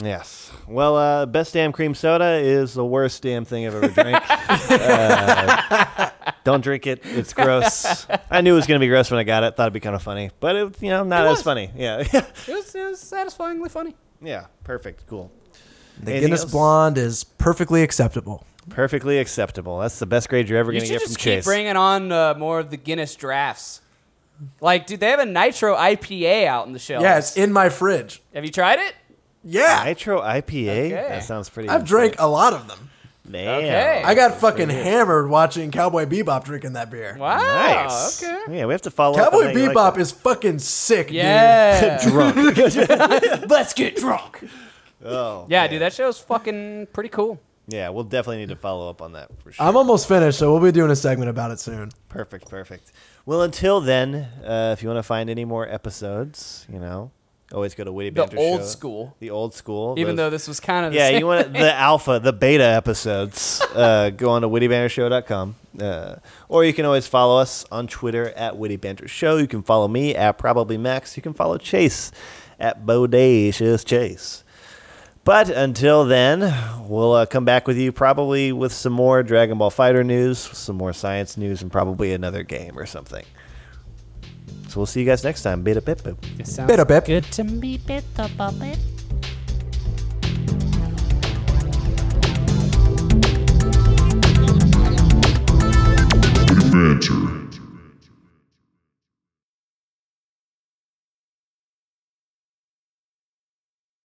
Yes. Well, uh, best damn cream soda is the worst damn thing I've ever
[LAUGHS]
drank. uh, don't drink it. It's gross. I knew it was going to be gross when I got it. Thought it'd be kind of funny, but it, you know, not
It
as
was.
funny. Yeah. [LAUGHS]
It was it was satisfyingly funny.
yeah. Perfect. Cool.
The
Anything
Guinness
else?
Blonde is perfectly acceptable.
Perfectly acceptable. That's the best grade you're ever
You
going to
should
get
just
from
keep
Chase.
bringing on uh, more of the Guinness drafts. Like, dude, they have a Nitro IPA out in the shelves.
Yeah, it's in my fridge.
Have you tried it?
Yeah,
Nitro IPA.
Okay.
That sounds pretty.
I've drank a lot of them.
Man.
Okay.
I got fucking hammered watching Cowboy Bebop drinking that beer.
Wow.
Nice.
Oh, Okay.
Yeah, we have to follow up. on
Cowboy
that. You like
Bebop
that.
is fucking sick,
Yeah.
drunk.
[LAUGHS]
Let's
[LAUGHS]
get drunk.
oh.
Yeah,
man.
dude, that show's fucking pretty cool.
Yeah, we'll definitely need to follow up on that for sure.
dude. I'm almost finished, so we'll be doing a segment about it soon.
Perfect, perfect. Well, until then, uh, if you want to find any more episodes, you know, always go to Witty
The
Banter
old
Show.
school.
The old school. those-
Even though this was kind of the
yeah,
same
you want the alpha, the beta episodes. uh, go on to wittybantershow.com. Uh, or you can always follow us on Twitter at Witty Banter Show. You can follow me at Probably Max. You can follow Chase at Bodacious Chase. But until then, we'll uh, come back with you probably with some more Dragon Ball Fighter news, some more science news, and probably another game or something. So we'll see you guys next time. Beta Pip Boop.
It sounds
Bit a bit.
good to me.
Beep it the puppet.